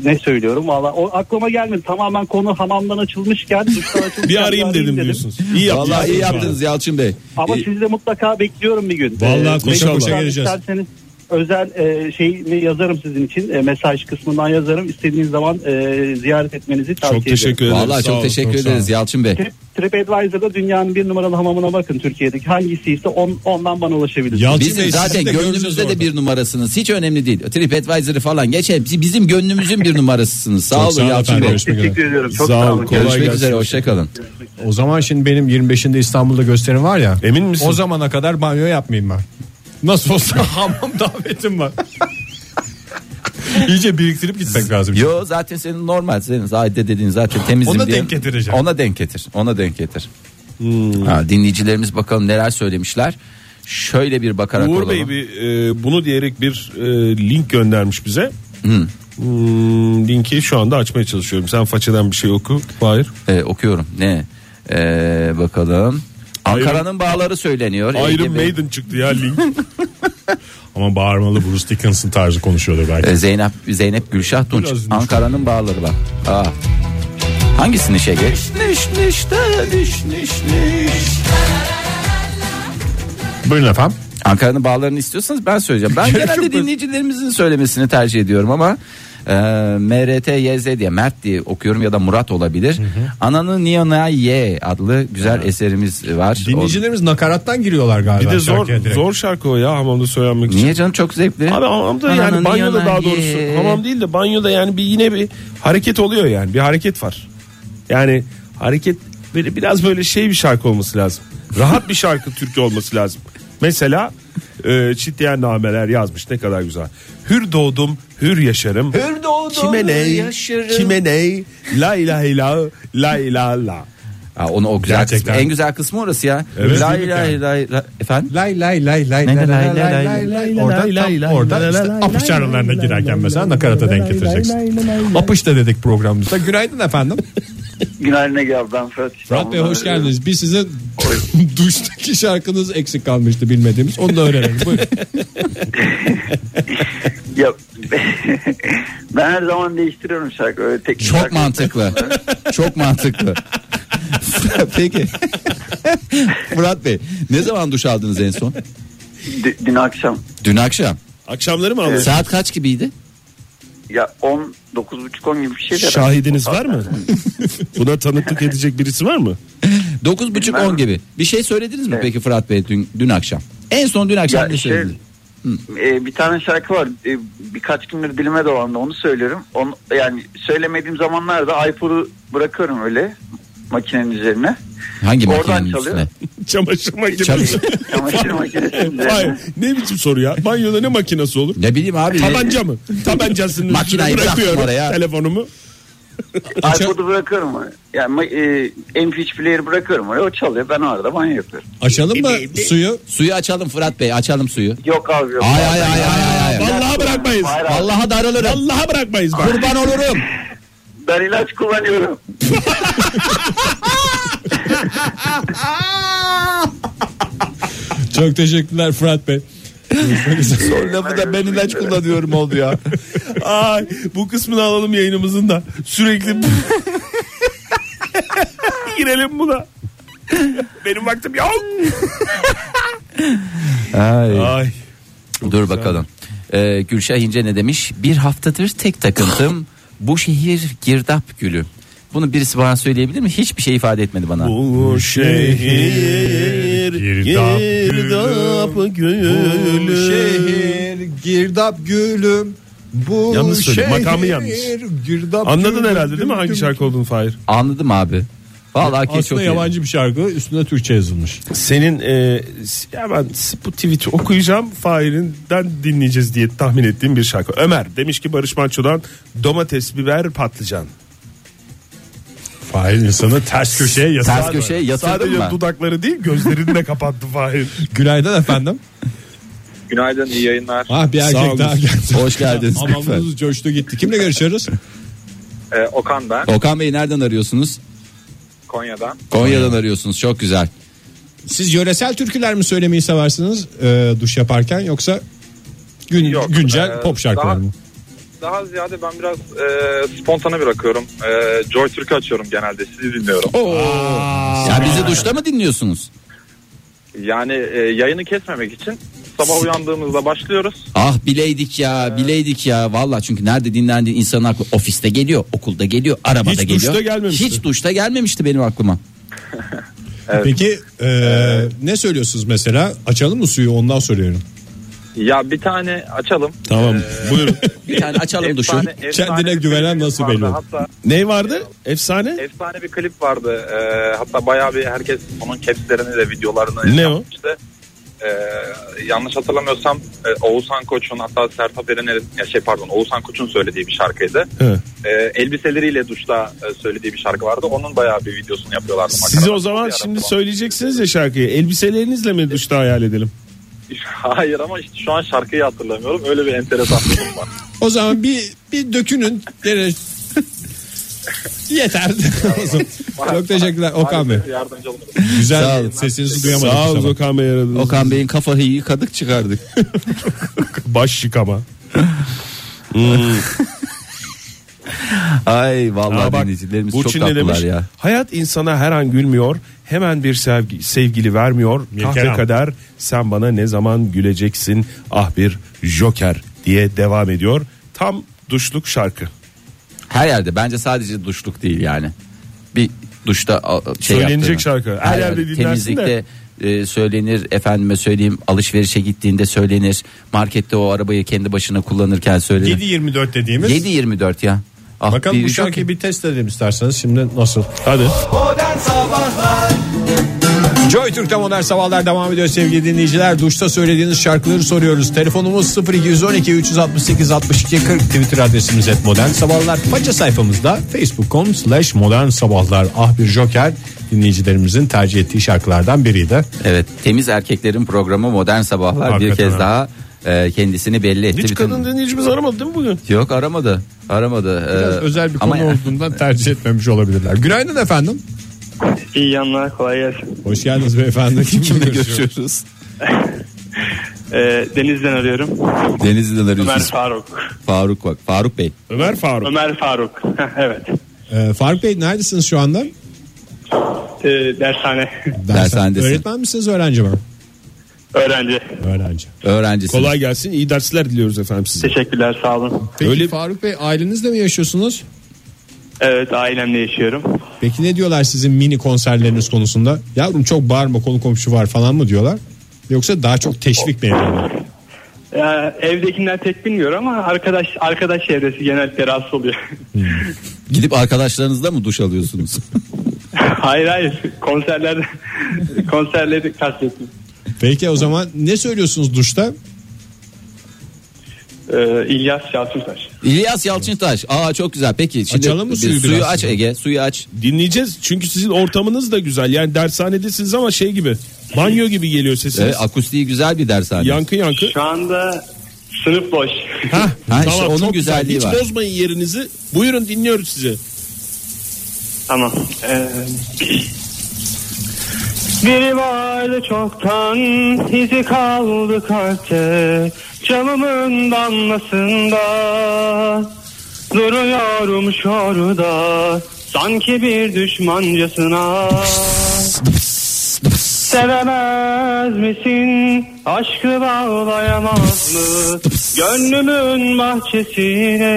E: ne söylüyorum? Valla o aklıma gelmedi. Tamamen konu hamamdan açılmışken (laughs) duştan açılmışken
D: bir arayayım dedim diyorsunuz. İyi yaptınız.
C: Vallahi iyi yaptınız Yalçın Bey.
E: Ama sizi de mutlaka bekliyorum bir gün.
B: Vallahi koşa
E: bekliyorum.
B: koşa geleceğiz.
E: İsterseniz özel e, şeyini yazarım sizin için. E, mesaj kısmından yazarım. İstediğiniz zaman e, ziyaret etmenizi tavsiye
D: Çok
E: ederim.
D: teşekkür ederim.
C: Vallahi
D: Sağ
C: çok
D: olun,
C: teşekkür
D: sağ
C: ederiz
D: olun.
C: Yalçın Bey.
E: Trip, TripAdvisor'da dünyanın bir numaralı hamamına bakın Türkiye'deki. Hangisiyse on, ondan bana ulaşabilirsiniz.
B: Yalçın
C: Bizim
B: Bey, sizi
C: zaten
B: de göreceğiz
C: gönlümüzde
B: orada.
C: de bir numarasınız. Hiç önemli değil. TripAdvisor'ı falan geçer. Bizi- Bizim gönlümüzün bir numarasısınız. Sağ
B: Çok
C: olun Yalçın
B: efendim,
C: Bey.
B: görüşmek üzere.
H: Teşekkür ediyorum. Çok
D: Sağ
H: sağ
D: olun,
H: olun.
D: kolay
C: Görüşmek
D: gelsin.
C: üzere. Hoşçakalın.
B: O zaman şimdi benim 25'inde İstanbul'da gösterim var ya.
D: Emin misin?
B: O zamana kadar banyo yapmayayım ben. Nasıl olsa (laughs) hamam davetim var. İyice biriktirip gitmek lazım.
I: Yo zaten senin normal senin zaten dediğin zaten temizim
B: Ona
I: diye.
B: denk getireceğim. Hmm.
I: Ona denk getir. Ona denk getir. Ha, dinleyicilerimiz bakalım neler söylemişler. Şöyle bir bakarak
D: Uğur
I: olalım.
D: Bey bir, e, bunu diyerek bir e, link göndermiş bize. Hmm, linki şu anda açmaya çalışıyorum. Sen façadan bir şey oku. Hayır.
I: Ee, okuyorum. Ne? Ee, bakalım. Ankara'nın bağları söyleniyor. Ee,
D: Iron
I: Ege Bey-
D: Maiden çıktı ya link.
B: Ama bağırmalı Bruce Dickinson tarzı konuşuyordur belki.
I: Ee, Zeynep Zeynep Gülşah Tunç.
B: Biraz dinle.
I: Ankara'nın bağları var. Aa. Hangisini şey geç? Niş niş de, niş niş niş.
B: Buyurun efendim.
I: Ankara'nın bağlarını istiyorsanız ben söyleyeceğim.
B: (laughs)
I: Ben genelde dinleyicilerimizin söylemesini tercih ediyorum ama e, MRT YZ diye Mert diye okuyorum ya da Murat olabilir. Ananı Niyana Ye adlı güzel eserimiz var.
B: Dinleyicilerimiz nakarattan giriyorlar
D: bir
B: galiba.
D: de zor
B: şarkıya direkt.
D: zor şarkı o ya hamamda söylenmek
I: O-
D: için.
I: niye canım çok zevkli.
D: Abi hamamda yani
I: Ananı
D: banyoda
I: Niyana
D: daha doğrusu
I: Ye.
D: hamam değil de banyoda yani bir yine bir hareket oluyor yani bir hareket var. Yani hareket böyle biraz böyle şey bir şarkı olması lazım. Rahat bir şarkı türkü olması lazım. Mesela e, çitleyen nameler yazmış ne kadar güzel. Hür doğdum hür yaşarım. Hür doğdum kime ne, yaşarım. Kime ne la ilahe la la ilahe la.
I: Ha, onu o güzel
B: Gerçekten.
I: kısmı- en güzel kısmı orası ya.
B: Evet.
I: Lay lay lay lay- efendim.
B: Lay lay lay lay lay
I: Ne
B: lay
I: de lay lay
B: lay lay
I: lay
B: lay orada
D: lay lay lay
B: tam
D: lay
B: orada
D: lay
B: işte
D: lay
B: apış
D: lay
B: çağrılarına
D: lay
B: girerken
D: lay
B: mesela
D: lay
B: nakarata
D: lay
B: denk
D: lay lay
B: getireceksin.
D: lay lay lay.
B: Apış da dedik programımızda. Günaydın efendim.
H: Günaydın Ege abi ben Fırat.
B: Fırat Bey hoş
H: İstanbul'dan
B: geldiniz. Biz size (laughs) duştaki şarkınız eksik kalmıştı bilmediğimiz. Onu da öğrenelim. Buyurun.
H: Ya, (laughs) ben her zaman değiştiriyorum şarkı. Öyle tek bir
I: Çok
H: şarkı-
I: mantıklı.
B: (laughs)
I: Çok mantıklı. (laughs)
C: Peki. Murat Bey ne zaman duş aldınız en son?
H: D- dün akşam
C: Dün akşam.
D: Akşamları mı alıyorsun?
C: Saat kaç gibiydi?
H: ya 10 buçuk 10 gibi bir şey de.
D: Şahidiniz var mı? (laughs) Buna tanıklık edecek birisi var mı?
C: 9.30-10
H: Bilmem.
C: gibi. Bir şey söylediniz mi
H: Evet.
C: peki Fırat Bey dün, dün akşam? En son dün akşam
H: Ya
C: ne
H: şey,
C: söylediniz?
H: e, bir tane şarkı var. E, birkaç gündür dilime dolandı onu söylüyorum. Onu, yani söylemediğim zamanlarda Aypur'u bırakıyorum öyle makinenin üzerine.
C: Hangi
H: Oradan
C: makinenin
H: çalıyor.
C: üstüne?
D: Çamaşır makinesi.
C: Çamaşır-
H: Çamaşır makinesinin
D: Hayır,
H: üzerine.
D: ne biçim soru ya? Banyoda ne makinesi olur?
C: Ne bileyim abi.
D: Tabanca mı? Tabancasını
C: Makinayı bıraktım
D: bırakıyorum
C: oraya.
D: telefonumu.
H: Aypur'u bırakıyorum. Yani ma- e, MP3 player bırakıyorum öyle o çalıyor. Ben arada banyo yapıyorum.
B: Açalım mı suyu?
C: Suyu açalım Fırat Bey açalım suyu.
H: Yok abi yok.
C: Ay ay ay ay ay.
D: Vallahi bırakmayız.
H: Hayır abi,
C: Allah'a darılırım.
D: Allah'a bırakmayız bak.
C: Kurban olurum.
H: ben ilaç kullanıyorum.
B: Çok teşekkürler Fırat Bey.
C: Son lafı da ben ilaç kullanıyorum oldu ya.
D: Ay, bu kısmını alalım yayınımızın da. Sürekli girelim buna. Benim vaktim yok. Ay.
I: Dur bakalım. Ee, Gülşah İnce ne demiş? Bir haftadır tek takıntım bu şehir girdap gülü.
C: Bunu birisi bana söyleyebilir mi? Hiçbir şey ifade etmedi bana.
D: Bu şehir
B: girdap
D: girdap
B: Bu
D: gülü.
B: şehir girdap gülüm. Bu
D: Yalnız
B: şehir
D: söyledim, makamı yanlış.
B: girdap
D: Anladın
B: gülüm,
D: herhalde değil mi hangi
B: gülüm.
D: şarkı olduğunu Fahir?
C: Anladım abi. Vallahi ki çok
B: Aslında
C: iyi.
B: yabancı bir şarkı üstüne Türkçe yazılmış.
D: Senin e, s- ya ben s- bu tweet'i okuyacağım Fahir'inden dinleyeceğiz diye tahmin ettiğim bir şarkı. Ömer demiş ki Barış Manço'dan domates, biber, patlıcan.
B: Fahir insanı ters köşeye yatırdı.
C: Ters köşeye yatırdın
D: Sadece
C: mı?
D: dudakları değil gözlerini de kapattı (laughs) Fahir.
B: Günaydın efendim.
A: Günaydın iyi yayınlar.
B: Ah bir
D: Sağ
B: erkek
D: olun.
B: daha geldi.
C: Hoş geldiniz.
B: Hamamımız coştu gitti. Kimle görüşüyoruz?
A: Ee, Okan ben
C: Okan Bey nereden arıyorsunuz?
A: Konya'dan.
C: Konya'dan arıyorsunuz. Çok güzel.
B: Siz yöresel türküler mi söylemeyi seversiniz e, duş yaparken yoksa gün,
A: Yok,
B: güncel
A: e,
B: pop şarkılar
A: daha-
B: mı?
A: Daha ziyade ben biraz e, spontana bırakıyorum. E, Joy Türk'ü açıyorum genelde sizi dinliyorum.
C: Ya bizi duşta mı dinliyorsunuz?
A: Yani e, yayını kesmemek için sabah uyandığımızda başlıyoruz.
C: Ah bileydik ya, bileydik ya. Valla çünkü nerede dinlendi insanın aklı ofiste geliyor, okulda geliyor, arabada
D: Hiç
C: geliyor.
D: duşta gelmemişti.
C: Hiç duşta gelmemişti benim aklıma.
B: Peki e, ne söylüyorsunuz mesela? Açalım mı suyu ondan soruyorum.
A: Ya bir tane açalım.
B: Tamam
D: Ee,
B: buyurun.
C: Bir tane açalım duşu.
A: Efsane- efsane
B: Kendine
A: bir
B: güvenen
A: klip
B: nasıl
A: vardı.
B: belli olur?
A: Hatta
D: Ney vardı? Efsane?
A: efsane bir klip vardı. E, hatta bayağı bir herkes onun capslerini de videolarını
D: Ne
A: yapmıştı. E, yanlış hatırlamıyorsam e, Oğuzhan Koç'un hatta Sertab Erener'in ya şey pardon Oğuzhan Koç'un söylediği bir şarkıydı.
D: He.
A: E, elbiseleriyle duşta e, söylediği bir şarkı vardı. Onun bayağı bir videosunu yapıyorlardı.
D: Size
A: Makarada
D: o zaman
A: bir ara
D: şimdi
A: falan.
D: söyleyeceksiniz ya şarkıyı. Elbiselerinizle mi duşta hayal edelim?
A: (laughs) Hayır ama işte şu an şarkıyı hatırlamıyorum. Öyle bir enteresan bir
D: (laughs)
A: durum var.
B: O zaman bir bir dökünün dere Yeter. O zaman. Çok teşekkürler Okan Bey.
A: Maalesef Yardımcı olurum.
C: Sağ
B: Güzel
C: olun.
B: sesinizi duyamadık.
D: Sağ
B: bu
D: olun
B: sabah.
D: Okan Bey aradınız.
C: Okan Bey'in kafayı yıkadık çıkardık.
D: Baş yıkama.
C: Ay vallahi
D: Aa, bak,
C: dinleyicilerimiz çok
D: Burçin ne
C: tatlılar
D: demiş?
C: ya.
D: Hayat insana her an gülmüyor. Hemen bir sevgi, sevgili vermiyor. Kahve
B: Hanım.
D: kadar sen bana ne zaman güleceksin ah bir joker diye devam ediyor. Tam duşluk şarkı.
C: Her yerde bence sadece duşluk değil yani. Bir duşta a, şey
D: Söylenecek
C: yaptığını.
D: şarkı. Her yerde dinlersin
C: Temizlikte e, söylenir efendime söyleyeyim alışverişe gittiğinde söylenir. Markette o arabayı kendi başına kullanırken söylenir.
B: 7.24 dediğimiz.
C: 7-24 ya. Ah,
B: Bakalım bu
C: yok
B: şarkıyı
C: ki.
B: bir test edelim isterseniz. Şimdi nasıl?
D: Hadi.
B: Joy Türk'te modern sabahlar devam ediyor sevgili dinleyiciler. Duşta söylediğiniz şarkıları soruyoruz. Telefonumuz 0212 368 62 40 Twitter adresimiz et modern sabahlar. Faça sayfamızda facebook.com slash modern sabahlar. Ah bir joker dinleyicilerimizin tercih ettiği şarkılardan biriydi.
C: Evet temiz erkeklerin programı Modern Sabahlar bir
B: Hakikaten
C: kez
B: ha.
C: daha e, kendisini belli etti.
D: Hiç
C: Bütün-
D: kadın dinleyicimiz aramadı değil mi bugün?
C: Yok aramadı. Aramadı.
B: Biraz
C: Ee,
B: özel bir
C: ama-
B: konu olduğundan tercih etmemiş olabilirler. Günaydın efendim.
I: İyi yanlar kolay gelsin.
B: Hoş geldiniz beyefendi. Kimle görüşüyoruz?
I: Deniz'den arıyorum.
C: (laughs) Denizli'den arıyorsunuz.
I: Faruk.
C: Faruk bak. Faruk Bey.
D: Ömer Faruk.
I: Ömer Faruk. (laughs) evet.
B: Ee, Faruk Bey neredesiniz şu anda?
I: Ee, dershane (laughs)
C: Dershanedesin.
B: Öğretmen misiniz öğrenci mi?
I: öğrenci.
B: Öğrenci.
C: Öğrencisiniz.
D: Kolay gelsin. iyi dersler diliyoruz efendim size.
I: Teşekkürler sağ olun.
B: Peki
D: Öyle-
B: Faruk Bey ailenizle mi yaşıyorsunuz?
I: Evet ailemle yaşıyorum.
B: Peki ne diyorlar sizin mini konserleriniz konusunda? Yavrum çok bağırma konu komşu var falan mı diyorlar? Yoksa daha çok teşvik mi ediyorlar?
I: Ya, evdekiler tek bilmiyor ama arkadaş arkadaş çevresi genellikle rahatsız oluyor. (laughs)
C: Gidip arkadaşlarınızla mı duş alıyorsunuz?
I: hayır hayır konserler (laughs) konserleri kastettim.
B: Peki o zaman ne söylüyorsunuz duşta?
I: Ee, İlyas Şahsıntaş.
C: İlyas Yalçıntaş. Aa çok güzel. Peki şimdi
B: Açalım mı
C: bir
B: suyu biraz?
C: aç Ege. Suyu aç.
D: Dinleyeceğiz çünkü sizin ortamınız da güzel. Yani dershanedesiniz ama şey gibi. Banyo gibi geliyor sesiniz.
C: Evet, akustiği güzel bir dershane.
D: Yankı yankı.
I: Şu anda sınıf boş.
D: Hah,
C: Ha, işte onun
D: çok güzel.
C: güzelliği
D: Hiç
C: var.
D: bozmayın yerinizi. Buyurun dinliyoruz sizi.
I: tamam. Ee, (clears throat) Biri vardı çoktan izi kaldı kalpte Camımın damlasında Duruyorum şurada Sanki bir düşmancasına Sevemez misin? Aşkı bağlayamaz mı? Gönlümün bahçesine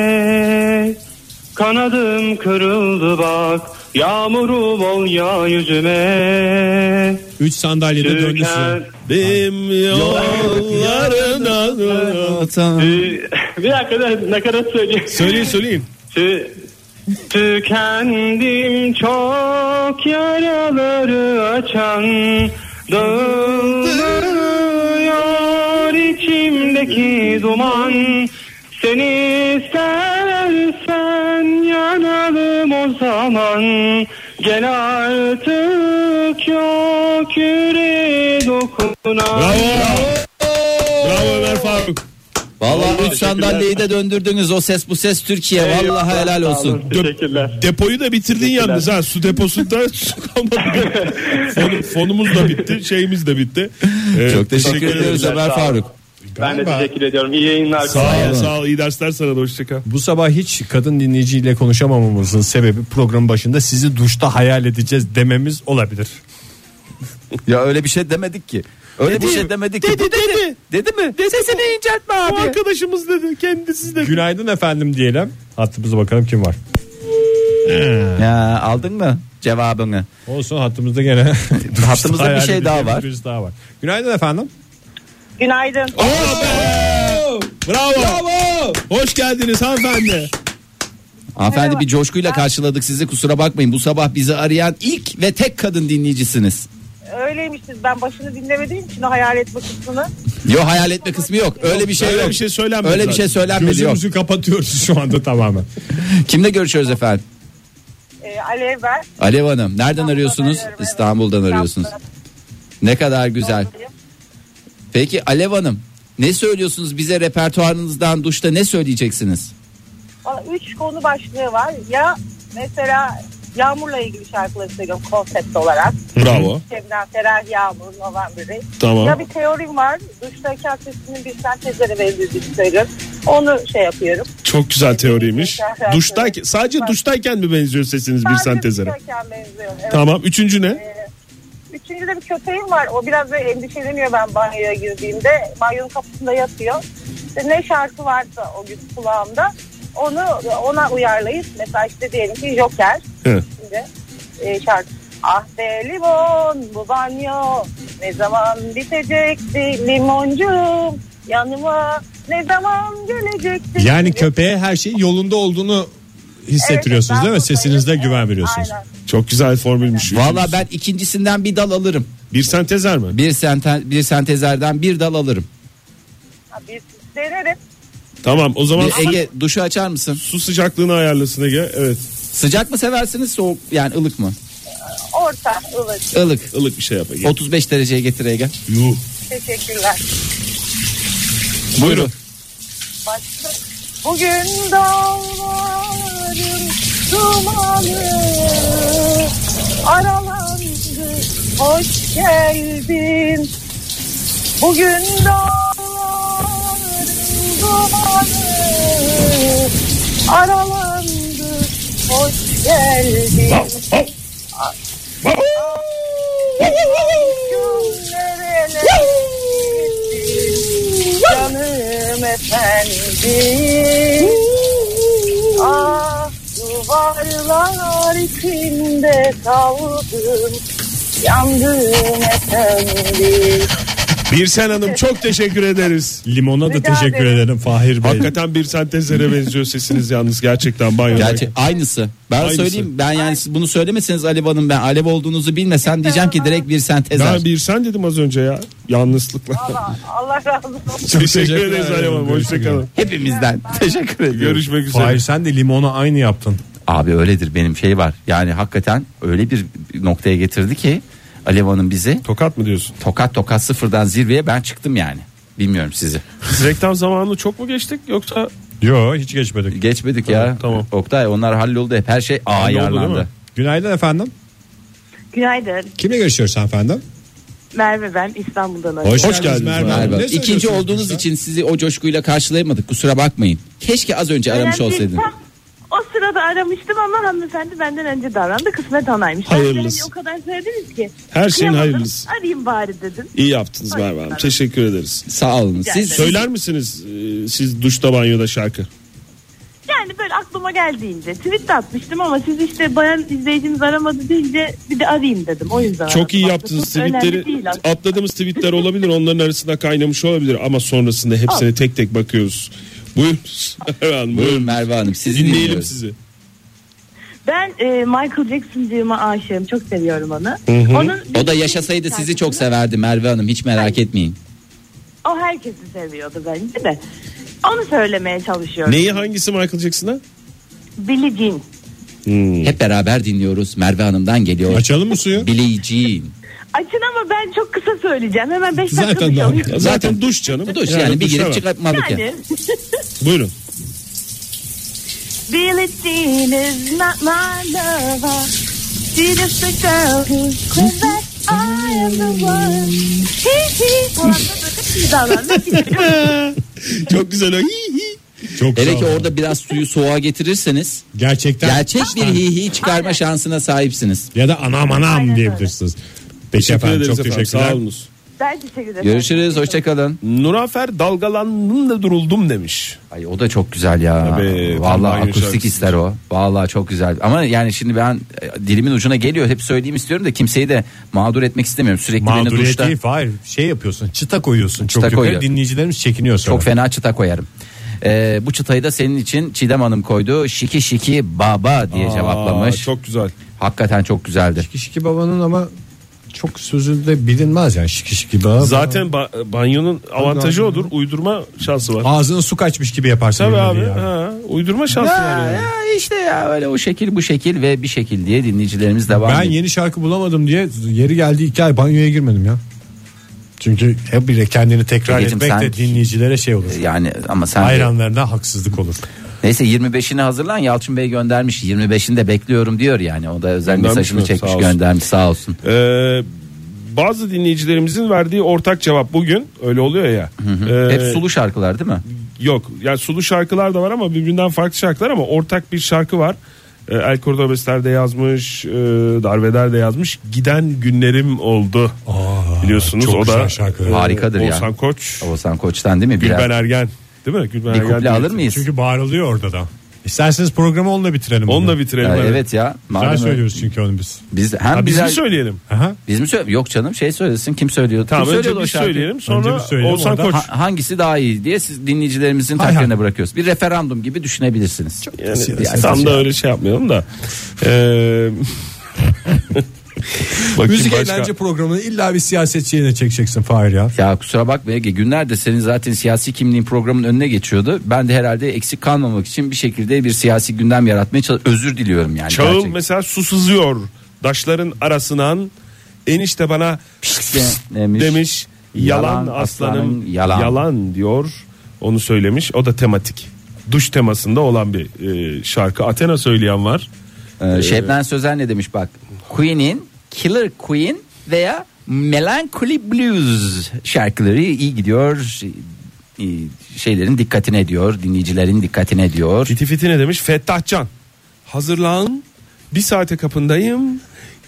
I: Kanadım kırıldı bak Yağmurum ol ya yüzüme
B: 3 sandalyede döndü
I: Tüken-
D: Benim yollarına
I: Tü- Bir dakika da nakarat söyleyeyim
D: Söyleyin söyleyin.
I: Tü- Tükendim çok yaraları açan Dağılıyor içimdeki duman Seni istersen yanalım o zaman Gel artık yok yüreğe dokunan
D: Bravo Ömer Faruk.
C: Vallahi 3 sandalyeyi de döndürdünüz. O ses bu ses Türkiye. Vallahi helal olsun.
I: Teşekkürler.
D: Depoyu da bitirdin yalnız ha. Su deposunda (laughs) su kalmadı. Fon- fonumuz da bitti. Şeyimiz de bitti. Ee,
C: Çok teşekkür, ediyoruz
I: ederim.
C: Ömer
I: Sağ olun.
C: Faruk.
I: Ben de
B: Galiba.
I: teşekkür ediyorum. İyi yayınlar.
D: Sağ ol, sağ ol. İyi dersler sana da hoşçakal.
B: Bu sabah hiç kadın dinleyiciyle konuşamamamızın sebebi programın başında sizi duşta hayal edeceğiz dememiz olabilir.
J: Ya öyle bir şey demedik ki. Öyle bir şey demedik ki. Dedi dedi. Dedi mi? Sesini inceltme
D: Bu
J: abi.
D: arkadaşımız dedi. Kendisi de.
B: Günaydın efendim diyelim. Hattımıza bakalım kim var.
J: Ya aldın mı cevabını?
B: Olsun hattımızda gene. duşta
J: Hattımızda bir
B: hayal
J: şey daha
B: edeceğimiz
J: var.
B: Birisi daha var. Günaydın efendim.
K: Günaydın.
D: Bravo. Hoş geldiniz hanımefendi.
C: Hanımefendi
K: Merhaba.
C: bir coşkuyla karşıladık sizi. Kusura bakmayın. Bu sabah bizi arayan ilk ve tek kadın dinleyicisiniz.
K: Öyleymişiz. Ben başını dinlemediğim için o hayal etme kısmını.
C: Yo hayal etme kısmı yok. Öyle bir şey
D: Öyle
C: yok.
D: bir şey söylenmedi.
C: Öyle bir şey söylenmedi yok.
B: Gözümüzü kapatıyoruz şu anda tamamen.
C: Kimle görüşüyoruz efendim?
K: E, Alev ben.
C: Alev Hanım. Nereden
K: İstanbul'dan
C: arıyorsunuz?
K: arıyorum, evet.
C: İstanbul'dan arıyorsunuz. Ne kadar güzel. Peki Alev Hanım ne söylüyorsunuz bize repertuarınızdan duşta ne söyleyeceksiniz?
K: Valla Üç konu başlığı var. Ya mesela Yağmur'la ilgili şarkıları söylüyorum konsept olarak.
D: Bravo.
K: Şebnem Ferah, Yağmur, November'i.
D: Tamam.
K: Ya bir teorim var. Duştaki aktrisinin bir sentezleri verildiğini söylüyorum. Onu şey yapıyorum.
D: Çok güzel teoriymiş.
K: Güzel.
D: Duştayken, sadece duştayken mi benziyor sesiniz bir
K: şey- Sadece
D: sentezere?
K: duştayken benziyor. Evet.
D: Tamam. Üçüncü ne?
K: Üçüncüde bir köpeğim var. O biraz böyle endişeleniyor ben banyoya girdiğimde. Banyonun kapısında yatıyor. İşte ne şarkı varsa o gün kulağımda onu ona uyarlayıp mesela işte diyelim ki Joker.
D: Hı.
K: Şimdi e, şarkı. Ah be limon bu banyo ne zaman bitecekti limoncum yanıma ne zaman gelecekti.
B: Yani köpeğe her şeyin yolunda olduğunu hissettiriyorsunuz
K: Evet,
B: değil mi?
K: ben buradayım.
B: Sesinizde
K: Evet,
B: güven veriyorsunuz.
K: Aynen.
D: Çok güzel formülmüş.
C: Valla ben ikincisinden bir dal alırım.
D: Bir sentezer mi?
C: Bir, sente, bir sentezerden bir dal alırım.
K: Ha, Biz denerim.
D: Tamam o zaman
C: Bir Ege duşu açar mısın?
D: su sıcaklığını ayarlasın Ege. Evet.
C: Sıcak mı seversiniz soğuk yani ılık mı?
K: Orta ılık.
C: Ilık.
D: ılık bir şey yap Ege.
C: 35 dereceye getir Ege.
D: Yuh.
K: Teşekkürler.
D: Buyurun.
K: başlı. Bugün dağların dumanı aralandı. Hoş geldin. Bugün dağların dumanı aralandı. Hoş geldin. Canım efendim Ah duvarlar içinde kaldım Yandım efendim
D: Birsen Hanım çok teşekkür ederiz.
B: Limona da
K: Rica
B: teşekkür
K: ederim.
B: ederim Fahir Bey.
D: Hakikaten bir sentezlere benziyor sesiniz yalnız gerçekten banyoda.
C: Gerçi aynısı. Ben
D: Aynısı.
C: söyleyeyim. Ben yani siz bunu söylemeseniz Alev Hanım ben Alev olduğunuzu bilmesem diyeceğim ki direkt bir sentezer.
D: Ben bir sen dedim az önce ya. Yalnızlıkla.
K: Allah, Allah razı olsun
D: (laughs) Çok
B: teşekkür
D: teşekkür ederiz
B: ederim.
D: Alem Hanım.
B: Görüşmek üzere.
D: Hoşçakalın.
C: Hepimizden. Teşekkür ederim.
D: Görüşmek üzere.
B: Fahir sen de limona aynı yaptın.
J: Abi öyledir benim şey var. Yani hakikaten öyle bir noktaya getirdi ki Alev Hanım bizi
D: Tokat mı diyorsun?
J: tokat tokat sıfırdan zirveye ben çıktım yani. Bilmiyorum sizi.
D: Biz reklam zamanını çok mu geçtik yoksa
B: Yo hiç geçmedik.
J: Geçmedik ya.
D: tamam.
J: Oktay onlar halloldu hep. Her şey
D: değil
J: ayarlandı.
D: mi?
B: Günaydın efendim.
K: Günaydın
B: Kimle görüşüyoruz efendim?
K: Merve ben İstanbul'dan
B: Hoş,
D: Hoş geldiniz
B: geldiniz Merve.
D: Merve.
B: Hanım.
C: Galiba.
B: Ne
C: İkinci
B: söylüyorsunuz
C: olduğunuz
B: bize?
C: için sizi o coşkuyla karşılayamadık. Kusura bakmayın. Keşke az önce aramış olsaydınız.
K: O sırada aramıştım ama hanımefendi benden önce davrandı kısmet onaymış.
D: Ben Hayırlısı. size önce o
K: kadar söylediniz ki.
D: Her şeyin kıyamadım, hayırlısı.
K: Arayayım bari dedim.
D: iyi yaptınız Merve Hanım. Teşekkür ederiz.
C: Sağ olun. Siz
K: ederim.
D: Söyler misiniz e, siz duşta banyoda şarkı?
K: Yani yani böyle aklıma geldiğince tweet de atmıştım ama siz işte bayan izleyiciniz aramadı deyince bir de arayayım dedim. O yüzden
D: Çok iyi
K: aradım.
D: yaptınız
K: Çok önemli
D: tweetleri.
K: değil aslında.
D: Atladığımız tweetler olabilir. Onların arasında kaynamış olabilir. Ama sonrasında hepsine tek tek bakıyoruz. (laughs) Buyurunuz. Hemen
C: Buyurun
D: buyurun.
C: Merve Hanım sizi
D: Dinleyelim
C: dinliyoruz.
D: sizi.
K: Ben e, Michael Jackson'cığıma aşığım. Çok seviyorum onu.
D: hı.
K: Onun
C: O da yaşasaydı sizi çok severdi Merve Hanım hiç merak etmeyin.
K: O herkesi seviyordu bence de. Onu söylemeye çalışıyorum.
D: Neyi hangisi Michael Jackson'a?
K: Billie Jean.
C: Hep beraber dinliyoruz Merve Hanım'dan geliyor.
B: Açalım mı suyu?
C: Billie Jean.
K: Açın ama ben çok kısa söyleyeceğim. Hemen 5 dakika
B: Zaten daha-
K: çalıyor.
D: Ya Zaten duş canım.
C: Duş yani, bir
D: duşa
C: girip
D: bak.
C: çıkartmalık ya.
K: Yani (laughs)
D: Buyurun.
K: Billie Jean is not my lover. She just a girl who claims that I am the one. He he. Bu anda böyle bir davranma.
D: Çok güzel. o. Hi hi.
B: Çok
C: Hele
B: sağ
C: ki
B: olun.
C: orada biraz suyu soğuğa getirirseniz
B: Gerçekten.
C: gerçek bir hihi çıkarma şansına sahipsiniz.
B: Ya da anam anam
K: Aynen
B: diyebilirsiniz. Peki
D: Teşekkür
B: efendim
D: ederiz
B: çok
D: efendim.
B: teşekkürler.
D: Sağ olunuz.
K: Ben teşekkür ederim.
C: Görüşürüz hoşçakalın.
D: Nurafer dalgalandım da duruldum demiş.
C: Ay o da çok güzel ya.
D: Tabii, tam
C: Vallahi
D: aynı
C: akustik
D: şarkısı.
C: ister o. Vallahi çok güzel. Ama yani şimdi ben e, dilimin ucuna geliyor. Hep söyleyeyim istiyorum da kimseyi de mağdur etmek istemiyorum. Sürekli beni
B: Mağduriyet
C: duşta
B: değil hayır şey yapıyorsun çıta koyuyorsun çok
C: Çıta
B: yukarı
C: koyuyor.
B: dinleyicilerimiz çekiniyor sonra.
C: çok fena çıta koyarım. E, bu çıtayı da senin için Çiğdem Hanım koydu. Şiki şiki baba diye cevaplamış.
D: Aa, çok güzel.
C: Hakikaten çok güzeldi.
B: Şiki şiki babanın ama çok sözü de bilinmez yani şiki şiki baba.
D: Zaten ba- banyonun avantajı
B: Allah.
D: odur. Uydurma şansı var.
B: Ağzına su kaçmış gibi yaparsın.
D: Tabii
B: yemeği yani.
D: abi. Ha, uydurma şansı var.
C: Ya,
D: yani.
C: ya işte ya öyle o şekil bu şekil ve bir şekil diye dinleyicilerimiz devam
B: Ben
C: ediyor.
B: yeni şarkı bulamadım diye yeri geldi iki ay banyoya girmedim ya. Çünkü hep bile kendini tekrar
C: Egeciğim
B: etmek de
C: sen-
B: dinleyicilere şey olur.
C: Yani ama sen de-
B: Hayranlarına haksızlık olur.
C: Neyse 25'ini hazırlan Yalçın Bey göndermiş 25'ini de bekliyorum diyor yani o da özel
D: Göndermiş
C: mesajını
D: mi?
C: çekmiş
D: Sağ olsun.
C: göndermiş sağ olsun.
D: Ee, bazı dinleyicilerimizin verdiği ortak cevap bugün öyle oluyor ya. Ee,
C: Hep sulu şarkılar değil mi?
D: Yok yani sulu şarkılar da var ama birbirinden farklı şarkılar ama ortak bir şarkı var. Ee, El Cordobesler de yazmış, e, Darveder de yazmış. Giden günlerim oldu.
B: Aa,
D: Biliyorsunuz
B: çok
D: o
B: güzel
D: da
B: şarkı.
D: e,
C: Harikadır ya.
D: Oğuzhan Koç,
C: Oğuzhan Koç'tan değil mi? Biraz
D: Gülben Ergen. Değil mi? Gülben
C: bir
D: Ergen.
C: kuple
D: diye.
C: alır mıyız?
B: Çünkü bağırılıyor orada da. İsterseniz programı onunla bitirelim.
D: Onunla
B: bugün.
D: bitirelim.
C: Ya,
D: evet.
C: Ee, evet ya.
B: Güzel
C: madem öyle-
B: söylüyoruz çünkü onu biz.
C: Biz hem
D: Ha, biz
C: bize-
D: mi söyleyelim?
B: Aha.
C: Biz mi söyle- Yok canım şey söylesin kim söylüyor?
D: Tamam
C: kim
D: önce
C: söylüyordu
D: biz
C: o şarkıyı?
D: söyleyelim sonra
B: biz söyleyelim,
D: Oğuzhan
B: oradan-
D: Koç.
C: Ha- hangisi daha iyi diye siz dinleyicilerimizin
B: Hay
C: takdirine
B: hay.
C: bırakıyoruz. Bir referandum gibi düşünebilirsiniz.
D: Yani
B: Siyasi-
D: tam da öyle şey yapmayalım da. Ee, (laughs) bakayım
B: Müzik
D: başka-
B: eğlence programını illa bir siyasetçiyle çekeceksin Fahir ya.
C: Ya kusura bakma Ege günlerde senin zaten siyasi kimliğin programın önüne geçiyordu. Ben de herhalde eksik kalmamak için bir şekilde bir siyasi gündem yaratmaya çalışıyorum. Özür diliyorum yani.
D: Çağıl
C: gerçekten.
D: mesela su sızıyor daşların arasından. Enişte bana pis (laughs)
C: demiş.
D: demiş. Yalan,
C: Yalan
D: aslanım
C: aslanım, yalan."
D: yalan. diyor. Onu söylemiş. O da tematik. Duş temasında olan bir e, şarkı. Athena söyleyen var.
C: Ee, Şebnem Sözen ne demiş bak. Queen'in Killer Queen veya Melancholy Blues şarkıları iyi gidiyor. İyi- Şeylerin dikkatine ediyor. Dinleyicilerin dikkatine ediyor.
D: Fiti fiti ne demiş? Fettahcan. Hazırlan. Bir saate kapındayım.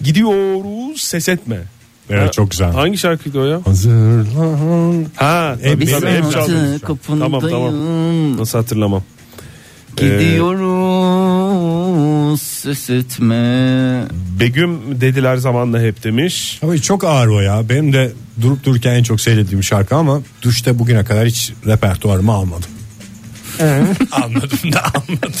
D: Gidiyoruz ses etme.
B: Evet
D: Ha,
B: çok güzel.
D: Hangi şarkıydı o ya?
B: Hazırlan.
D: Ha, tabii,
B: Biz
D: tabii,
B: hep
D: hep çaldım.
C: saatı kapındayım.
D: Tamam tamam. Nasıl hatırlamam.
C: Gidiyoruz süsütme.
D: Begüm dediler zamanla hep demiş.
B: Ama çok ağır o ya. Benim de durup dururken en çok seyrettiğim şarkı ama duşta bugüne kadar hiç repertuarıma almadım. Ee? (laughs) anladım da anladım.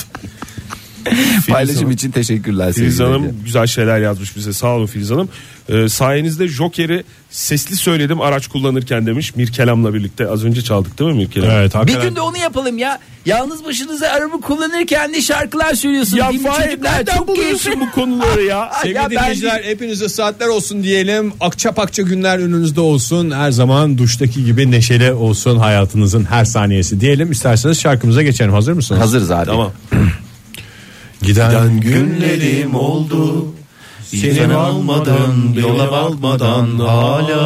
C: Paylaşım için teşekkürler.
D: Filiz
C: sevgili
D: Hanım
C: Ege.
D: güzel şeyler yazmış bize. Sağ olun Filiz Hanım. Ee, sayenizde Joker'i sesli söyledim araç kullanırken demiş. Mirkelam'la birlikte az önce çaldık değil mi Mirkelam?
B: Evet
C: Bir
B: hakikaten.
C: gün de onu yapalım ya. Yalnız başınıza araba kullanırken de şarkılar söylüyorsunuz.
D: Ya
C: Değil mi
D: Fahir
C: çocuklar?
D: nereden
C: Çok
D: buluyorsun
C: keyifli.
D: bu konuları ya?
C: Ay,
B: Sevgili
C: (laughs) ya ben-
B: dinleyiciler hepinize saatler olsun diyelim. Akça pakça günler önünüzde olsun. Her zaman duştaki gibi neşeli olsun hayatınızın her saniyesi diyelim. İsterseniz şarkımıza geçelim. Hazır mısınız?
C: Hazırız abi.
D: Tamam.
B: Giden
D: Günlerim oldu. Seni almadan, yola bakmadan hala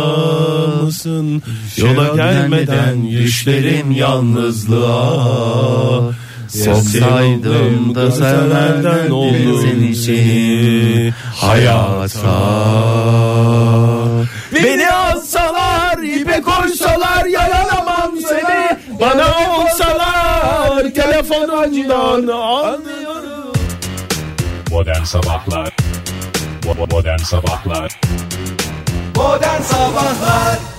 D: mısın? Yola gelmeden düşlerim yalnızlığa. Soksaydım da severden oldum seni hayata. Beni alsalar ipe koysalar yaralamam seni Bana olsalar
I: telefonundan anlıyorum.
D: Modern Sabahlar Modern Sabahlar
L: Modern Sabahlar